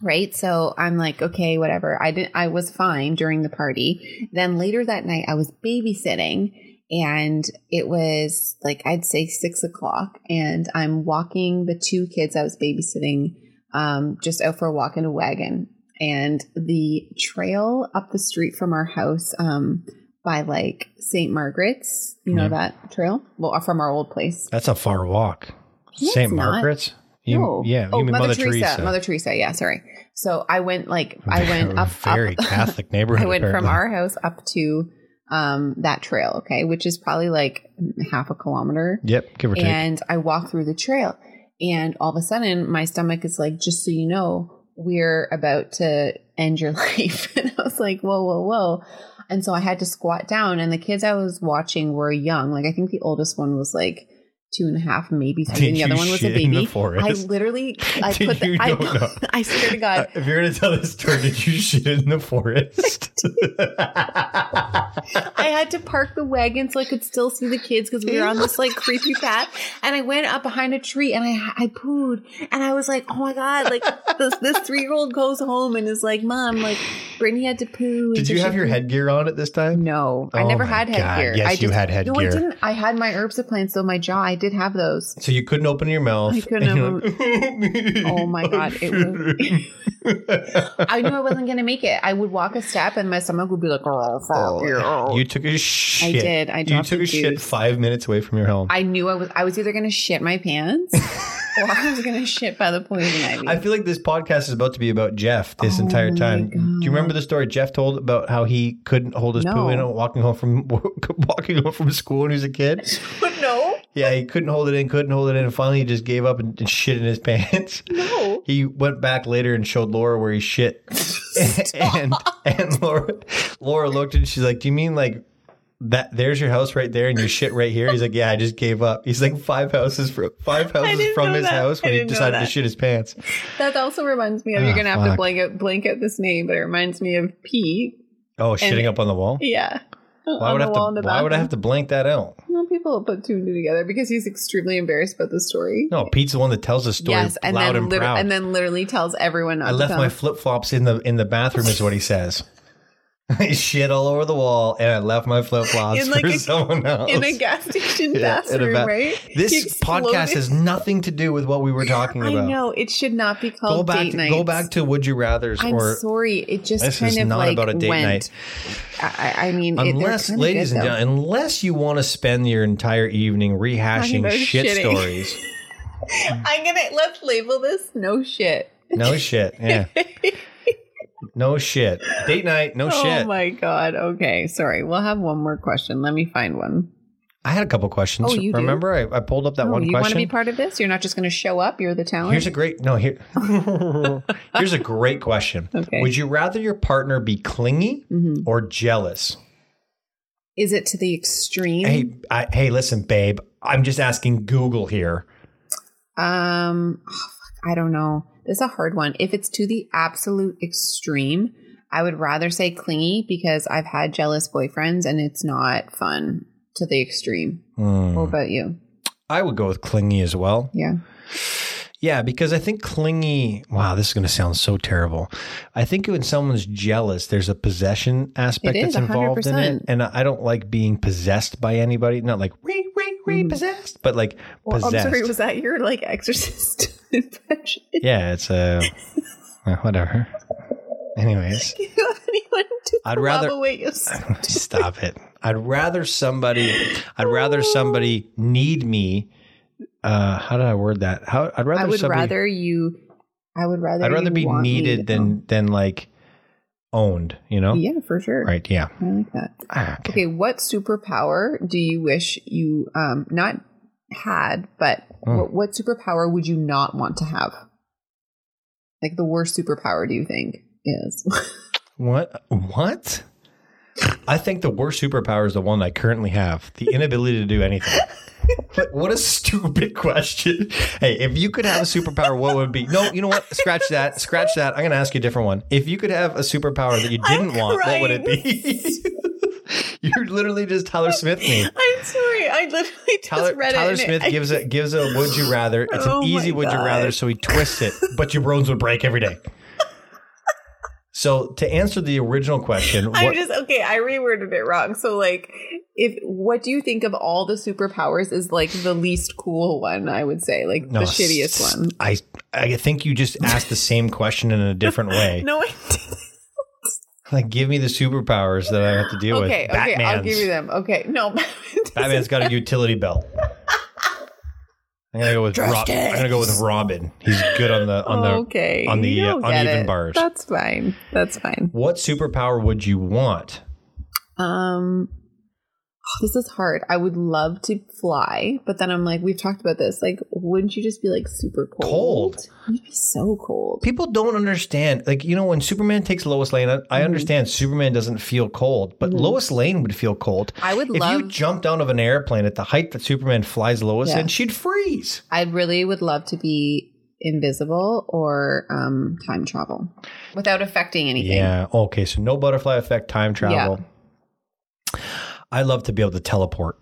Speaker 7: Right. So I'm like, okay, whatever. I didn't I was fine during the party. Then later that night I was babysitting and it was like I'd say six o'clock and I'm walking the two kids I was babysitting um just out for a walk in a wagon. And the trail up the street from our house, um, by like St. Margaret's, you know
Speaker 6: Mhm.
Speaker 7: that trail? Well, uh, from our old place.
Speaker 6: That's a far walk.
Speaker 7: No, it's
Speaker 6: St.
Speaker 7: not.
Speaker 6: Margaret's? You,
Speaker 7: no.
Speaker 6: Yeah,
Speaker 7: Oh,
Speaker 6: you mean
Speaker 7: Mother, Teresa,
Speaker 6: Teresa.
Speaker 7: Mother Teresa. Yeah, sorry. So I went like I went up.
Speaker 6: Very
Speaker 7: up,
Speaker 6: Catholic neighborhood.
Speaker 7: I went
Speaker 6: apparently.
Speaker 7: from our house up to um, that trail. Okay, which is probably like half a kilometer.
Speaker 6: Yep, give or take.
Speaker 7: And I walked through the trail, and all of a sudden, my stomach is like, just so you know, we're about to end your life. and I was like, whoa, whoa, whoa. And so I had to squat down, and the kids I was watching were young. Like, I think the oldest one was like two and a half, maybe three, and the
Speaker 6: you
Speaker 7: other one was a
Speaker 6: shit in the
Speaker 7: baby. I
Speaker 6: forest?
Speaker 7: literally, I
Speaker 6: Did
Speaker 7: put the,
Speaker 6: you
Speaker 7: I,
Speaker 6: don't know? Uh,
Speaker 7: I swear to God,
Speaker 6: if you're gonna tell this story, did you shit in the forest?
Speaker 7: I had to park the wagon so I could still see the kids because we were on this like creepy path. And I went up behind a tree and I I pooed and I was like, oh my god! Like this this three year old goes home and is like, mom, like Brittany had to poo. and
Speaker 6: did
Speaker 7: so
Speaker 6: you
Speaker 7: she
Speaker 6: have your
Speaker 7: poo-"
Speaker 6: headgear on at this time?
Speaker 7: No, I
Speaker 6: Oh
Speaker 7: never
Speaker 6: my
Speaker 7: had
Speaker 6: God.
Speaker 7: headgear.
Speaker 6: Yes,
Speaker 7: I
Speaker 6: you had
Speaker 7: No, I
Speaker 6: headgear.
Speaker 7: didn't. I had my herbs plants, so my jaw. I did have those.
Speaker 6: So you couldn't open your mouth.
Speaker 7: I couldn't
Speaker 6: and you're like,
Speaker 7: Oh my God, it was- I knew I wasn't gonna make it. I would walk a step and my stomach would be like, oh, fuck you.
Speaker 6: you took a shit.
Speaker 7: did. I
Speaker 6: you
Speaker 7: dropped
Speaker 6: took
Speaker 7: the
Speaker 6: a shit
Speaker 7: juice.
Speaker 6: five minutes away from your home.
Speaker 7: I knew I was I was either gonna shit my pants or I was gonna shit by the poison ivy.
Speaker 6: I feel like this podcast is about to be about Jeff this entire
Speaker 7: Oh my
Speaker 6: time. Do you
Speaker 7: God.
Speaker 6: remember the story Jeff told about how he couldn't hold his poo
Speaker 7: No.
Speaker 6: in on walking home from walking home from school when he was a kid?
Speaker 7: no,
Speaker 6: Yeah, he couldn't hold it in, couldn't hold it in, and finally he just gave up and, and shit in his pants.
Speaker 7: no.
Speaker 6: He went back later and showed Laura where he shit, and and Laura Laura looked and she's like, "Do you mean like that? There's your house right there, and your shit right here." He's like, "Yeah, I just gave up." He's like five houses from five houses
Speaker 7: didn't
Speaker 6: from
Speaker 7: know
Speaker 6: his
Speaker 7: that.
Speaker 6: house when
Speaker 7: I
Speaker 6: he
Speaker 7: didn't know
Speaker 6: decided to
Speaker 7: that.
Speaker 6: shit his pants.
Speaker 7: That also reminds me of
Speaker 6: Ah,
Speaker 7: you're gonna have
Speaker 6: fuck.
Speaker 7: to blank out blank out this name, but it reminds me of Pete.
Speaker 6: Oh, shitting up on the wall.
Speaker 7: Yeah.
Speaker 6: Why
Speaker 7: On
Speaker 6: would
Speaker 7: the
Speaker 6: I have
Speaker 7: wall in
Speaker 6: to?
Speaker 7: the
Speaker 6: Why would I
Speaker 7: bathroom.
Speaker 6: have to blank that out?
Speaker 7: No, people put two and two together because he's extremely embarrassed about the story.
Speaker 6: No, Pete's the one that tells the story
Speaker 7: yes, and
Speaker 6: loud
Speaker 7: then
Speaker 6: and
Speaker 7: lit-
Speaker 6: proud.
Speaker 7: and then literally tells everyone not
Speaker 6: I
Speaker 7: to
Speaker 6: left
Speaker 7: tell
Speaker 6: my
Speaker 7: him.
Speaker 6: flip flops in the in the bathroom is what he says. I shit all over the wall, and I left my flip flops
Speaker 7: In like
Speaker 6: for
Speaker 7: a-
Speaker 6: someone else.
Speaker 7: in a gas station
Speaker 6: Yeah, in a
Speaker 7: bathroom,
Speaker 6: ba-
Speaker 7: right? He
Speaker 6: This
Speaker 7: exploded.
Speaker 6: podcast has nothing to do with what we were talking about.
Speaker 7: I know it should not be called
Speaker 6: Go back.
Speaker 7: date
Speaker 6: To,
Speaker 7: night.
Speaker 6: go back to Would You Rather's,
Speaker 7: I'm
Speaker 6: or
Speaker 7: sorry, it just
Speaker 6: This
Speaker 7: kind
Speaker 6: is
Speaker 7: of
Speaker 6: not
Speaker 7: like
Speaker 6: about a date
Speaker 7: went.
Speaker 6: night.
Speaker 7: I, I- I mean, it- they're
Speaker 6: unless,
Speaker 7: kinda
Speaker 6: ladies
Speaker 7: good,
Speaker 6: and
Speaker 7: though.
Speaker 6: gentlemen, unless you want to spend your entire evening rehashing
Speaker 7: about
Speaker 6: shit
Speaker 7: shitting.
Speaker 6: stories.
Speaker 7: I'm gonna let's label this no shit.
Speaker 6: No shit. Yeah. no shit. Date night. No
Speaker 7: Oh
Speaker 6: shit.
Speaker 7: my god. Okay, sorry. We'll have one more question. Let me find one.
Speaker 6: I had a couple questions.
Speaker 7: Oh, you do?
Speaker 6: Remember, I, I pulled up that
Speaker 7: Oh,
Speaker 6: one
Speaker 7: you
Speaker 6: question.
Speaker 7: want to be part of this? You're not just going to show up. You're the talent.
Speaker 6: Here's a great no here. here's a great question.
Speaker 7: Okay. Mm-hmm.
Speaker 6: Would you rather your partner be clingy or jealous?
Speaker 7: Is it to the extreme?
Speaker 6: Hey, I, hey, listen, babe. I'm just asking Google here.
Speaker 7: Um, oh, fuck, I don't know. This is a hard one. If it's to the absolute extreme, I would rather say clingy because I've had jealous boyfriends and it's not fun to the extreme. What about you?
Speaker 6: Hmm. I would go with clingy as well.
Speaker 7: Yeah.
Speaker 6: Yeah, because I think clingy. Wow, this is going to sound so terrible. I think when someone's jealous, there's a possession aspect
Speaker 7: It
Speaker 6: that's
Speaker 7: is,
Speaker 6: involved in it,
Speaker 7: 100%.
Speaker 6: and I I don't like being possessed by anybody. Not like re re
Speaker 7: Mm.
Speaker 6: re possessed, but like
Speaker 7: Well, I'm
Speaker 6: possessed.
Speaker 7: sorry. Was that your like exorcist impression?
Speaker 6: yeah, it's a well, whatever. Anyways.
Speaker 7: Anyone to
Speaker 6: I'd rather-
Speaker 7: love away yourself?
Speaker 6: Stop it. I'd rather somebody I'd rather somebody need me. Uh how did I word that? How I'd rather
Speaker 7: I would
Speaker 6: somebody
Speaker 7: rather you. I would rather.
Speaker 6: I'd rather
Speaker 7: you
Speaker 6: be
Speaker 7: want me
Speaker 6: needed
Speaker 7: to-
Speaker 6: than than like owned, you know?
Speaker 7: Yeah, for sure.
Speaker 6: Right, yeah.
Speaker 7: I like that.
Speaker 6: Ah, okay.
Speaker 7: Okay, what superpower do you wish you um not had, but
Speaker 6: Oh.
Speaker 7: what, what superpower would you not want to have? Like the worst superpower do you think is?
Speaker 6: What what? I think the worst superpower is the one I currently have the inability to do anything. But what a stupid question. Hey, if you could have a superpower, what would it be? No, you know what? Scratch that. Scratch that. I'm going to ask you a different one. If you could have a superpower that you didn't want, what would it be? You're literally just Tyler Smith me.
Speaker 10: I'm sorry. I literally just
Speaker 6: Tyler,
Speaker 10: read it.
Speaker 6: Tyler
Speaker 10: and
Speaker 6: Smith
Speaker 10: it, I-
Speaker 6: gives a gives a would you rather. It's
Speaker 10: Oh
Speaker 6: an easy
Speaker 10: my
Speaker 6: would you
Speaker 10: God.
Speaker 6: rather, so he twists it, but your bones would break every day. So to answer the original question,
Speaker 10: I'm
Speaker 6: what
Speaker 10: just okay. I reworded it wrong. So like,
Speaker 7: If what do you think of all the superpowers is like the least cool one? I would say like the
Speaker 6: s-
Speaker 7: shittiest
Speaker 6: s-
Speaker 7: one.
Speaker 6: I I think you just asked the same question in a different way.
Speaker 10: no, I didn't.
Speaker 6: Like, give me the superpowers that I have to deal
Speaker 7: Okay,
Speaker 6: with.
Speaker 7: okay,
Speaker 6: Batman's,
Speaker 7: I'll give you them. Okay, no,
Speaker 6: Batman's got a utility belt. I'm gonna go with Rob, I'm gonna go with Robin. He's good on the on
Speaker 10: Oh.
Speaker 6: the
Speaker 7: okay,
Speaker 6: on the
Speaker 7: you
Speaker 6: uh,
Speaker 7: don't get
Speaker 6: uneven
Speaker 7: it.
Speaker 6: bars.
Speaker 7: That's fine. That's fine.
Speaker 6: What superpower would you want?
Speaker 7: Um, oh, this is hard. I would love to fly, but then I'm like, we've talked about this. Like, wouldn't you just be like super cold?
Speaker 6: Cold.
Speaker 7: You'd be so cold.
Speaker 6: People don't understand. Like you know, when Superman takes Lois Lane, I,
Speaker 7: Mm-hmm.
Speaker 6: I understand Superman doesn't feel cold, but Lois Lane would feel cold.
Speaker 7: I would
Speaker 6: if
Speaker 7: Mm-hmm. love.
Speaker 6: you jumped out of an airplane at the height that Superman flies Lois
Speaker 7: Yeah.
Speaker 6: in, she'd freeze.
Speaker 7: I really would love to be invisible or um time travel without affecting anything.
Speaker 6: Yeah. Okay. So no butterfly effect, time travel. I love to be able to teleport.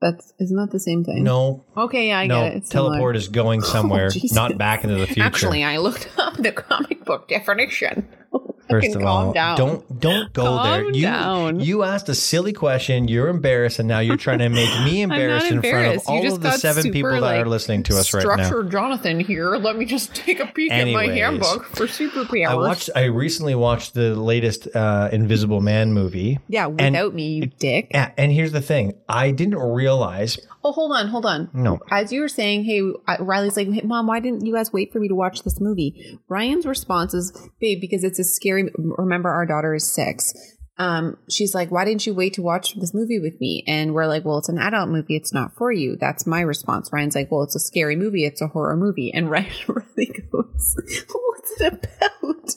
Speaker 7: That's isn't that the same thing?
Speaker 6: No,
Speaker 7: Okay, yeah, Mm-hmm. I
Speaker 6: no.
Speaker 7: get it. It's similar. Oh,
Speaker 6: teleport is going somewhere,
Speaker 7: Jesus.
Speaker 6: not back into the future.
Speaker 2: Actually, I looked up the comic book definition.
Speaker 6: First
Speaker 7: fucking
Speaker 6: of
Speaker 7: calm
Speaker 6: all,
Speaker 7: down.
Speaker 6: don't don't go there.
Speaker 7: Calm
Speaker 6: You
Speaker 7: down.
Speaker 6: you asked a silly question. You're embarrassed, and now you're trying to make me embarrassed,
Speaker 2: embarrassed. You
Speaker 6: in front of all
Speaker 2: just
Speaker 6: of the
Speaker 2: got
Speaker 6: seven
Speaker 2: super,
Speaker 6: people that
Speaker 2: like,
Speaker 6: are listening to us right now.
Speaker 2: Structure Jonathan here. Let me just take a peek at my
Speaker 6: Anyways,
Speaker 2: handbook for superpowers.
Speaker 6: I watched. I recently watched the latest uh, Invisible Man movie.
Speaker 7: Yeah, without me, you dick.
Speaker 6: Yeah, and here's the thing: I didn't realize.
Speaker 7: Oh, hold on, hold on.
Speaker 6: No.
Speaker 7: As you were saying, hey, I- Riley's like, hey, Mom, why didn't you guys wait for me to watch this movie? Ryan's response is, Babe, because it's a scary. Remember, our daughter is six. Um, she's like, why didn't you wait to watch this movie with me? And we're like, well, it's an adult movie. It's not for you. That's my response. Ryan's like, well, it's a scary movie. It's a horror movie. And Ryan really goes, what's it about?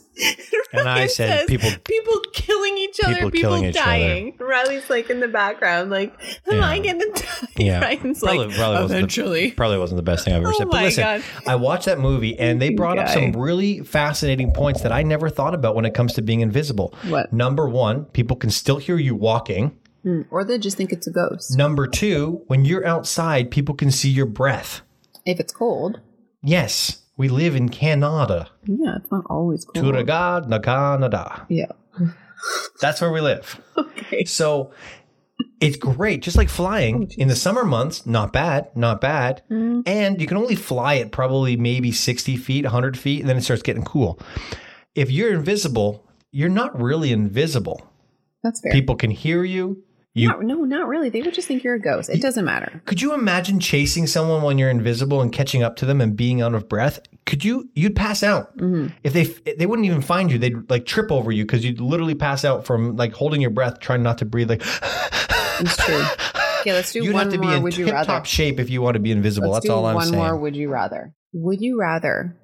Speaker 6: And I
Speaker 10: Ryan
Speaker 6: said,
Speaker 10: says,
Speaker 6: people-
Speaker 10: people killing each other,
Speaker 6: people
Speaker 10: people,
Speaker 6: killing each other."
Speaker 10: dying. Riley's like in the background, like,
Speaker 7: "Oh,
Speaker 10: am
Speaker 6: Yeah.
Speaker 10: I gonna die?
Speaker 6: Yeah.
Speaker 10: Ryan's
Speaker 6: Probably-
Speaker 10: like,
Speaker 6: probably wasn't the-
Speaker 10: eventually.
Speaker 6: Probably wasn't the best thing I've ever
Speaker 10: Oh
Speaker 6: said. But
Speaker 10: my
Speaker 6: listen,
Speaker 10: God.
Speaker 6: I watched that movie and they brought up some
Speaker 7: guy.
Speaker 6: really fascinating points that I never thought about when it comes to being invisible.
Speaker 7: What?
Speaker 6: Number one, people can still hear you walking.
Speaker 7: Hmm, Or they just think it's a ghost.
Speaker 6: Number two, when you're outside, people can see your breath.
Speaker 7: If it's cold,
Speaker 6: Yes, we live in Canada.
Speaker 7: yeah, it's not always cold.
Speaker 6: Turaga na Canada.
Speaker 7: Yeah.
Speaker 6: That's where we live. Okay. So it's great. Just like flying in the summer months, not bad, not bad. And you can only fly at probably maybe 60 feet, 100 feet, and then it starts getting cool. If you're invisible, you're not really invisible.
Speaker 7: That's fair.
Speaker 6: People can hear you. You
Speaker 7: Not- no, not really. They would just think you're a ghost. It doesn't matter.
Speaker 6: could you imagine chasing someone when you're invisible and catching up to them and being out of breath? Could you you'd pass out.
Speaker 7: Mm-hmm.
Speaker 6: If they they wouldn't even find you, they'd like trip over you cuz you'd literally pass out from like holding your breath trying not to breathe like
Speaker 7: It's true. Okay, let's do
Speaker 6: you'd
Speaker 7: one
Speaker 6: have to
Speaker 7: more.
Speaker 6: be in
Speaker 7: would you
Speaker 6: tip
Speaker 7: rather?
Speaker 6: top shape if you want to be invisible.
Speaker 7: let's
Speaker 6: That's
Speaker 7: do
Speaker 6: all I'm
Speaker 7: one
Speaker 6: saying.
Speaker 7: more. Would you rather? Would you rather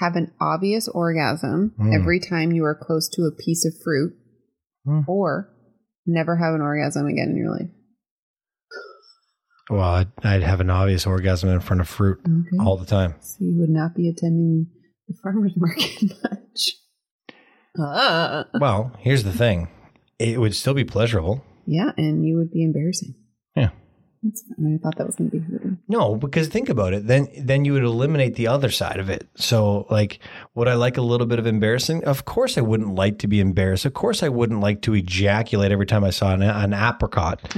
Speaker 7: have an obvious orgasm
Speaker 6: Mm.
Speaker 7: every time you are close to a piece of fruit,
Speaker 6: Mm.
Speaker 7: or never have an orgasm again in your life?
Speaker 6: Well, I'd, I'd have an obvious orgasm in front of fruit
Speaker 7: Okay.
Speaker 6: all the time.
Speaker 7: so you would not be attending the farmers market much. Uh,
Speaker 6: Well, here's the thing. It would still be pleasurable.
Speaker 7: yeah, and you would be embarrassing.
Speaker 6: Yeah.
Speaker 7: That's fine. I thought that was going to be harder.
Speaker 6: No, because think about it. Then then you would eliminate the other side of it. So like would I like a little bit of embarrassing? Of course I wouldn't like to be embarrassed. Of course I wouldn't like to ejaculate every time I saw an, an apricot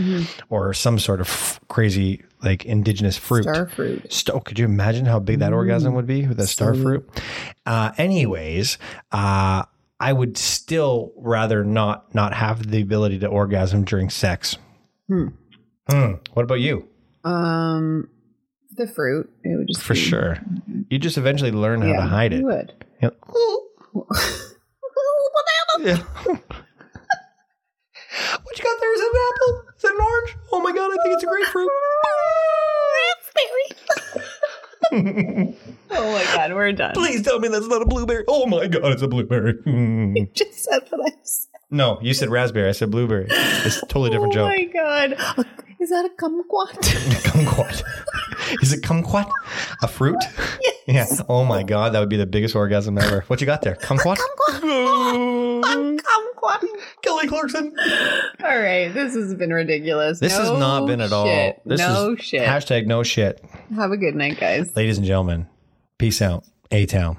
Speaker 6: or some sort of f- crazy like indigenous fruit.
Speaker 7: Star fruit.
Speaker 6: Sto- could you imagine how big that orgasm would be with a star fruit? Uh, anyways, uh, I would still rather not not have the ability to orgasm during sex. Hmm. What about you?
Speaker 7: Um, the fruit. It would just
Speaker 6: For
Speaker 7: be-
Speaker 6: sure. You just eventually learn how to hide it.
Speaker 7: You would. Oh
Speaker 6: Yeah. Yeah. what you got there? Is that an apple? Is that an orange? Oh my god, I think it's a grapefruit.
Speaker 7: Oh my god, we're done.
Speaker 6: Please tell me that's not a blueberry. Oh my god, it's a blueberry. Hmm.
Speaker 7: Just said what I said.
Speaker 6: no, you said raspberry. I said blueberry. It's a totally different
Speaker 7: Oh
Speaker 6: joke.
Speaker 7: my god. Is that a kumquat?
Speaker 6: Kumquat. Is it kumquat? A fruit? Yeah. Oh my god, that would be the biggest orgasm ever. What you got there? Kumquat? Kumquat.
Speaker 7: kumquat.
Speaker 6: Kelly Clarkson.
Speaker 11: All right, this has been ridiculous.
Speaker 6: This has
Speaker 11: No
Speaker 6: not been at all.
Speaker 11: shit.
Speaker 6: This
Speaker 11: no
Speaker 6: is
Speaker 11: shit.
Speaker 6: Hashtag no shit.
Speaker 11: Have a good night, guys.
Speaker 6: Ladies and gentlemen, peace out. A town.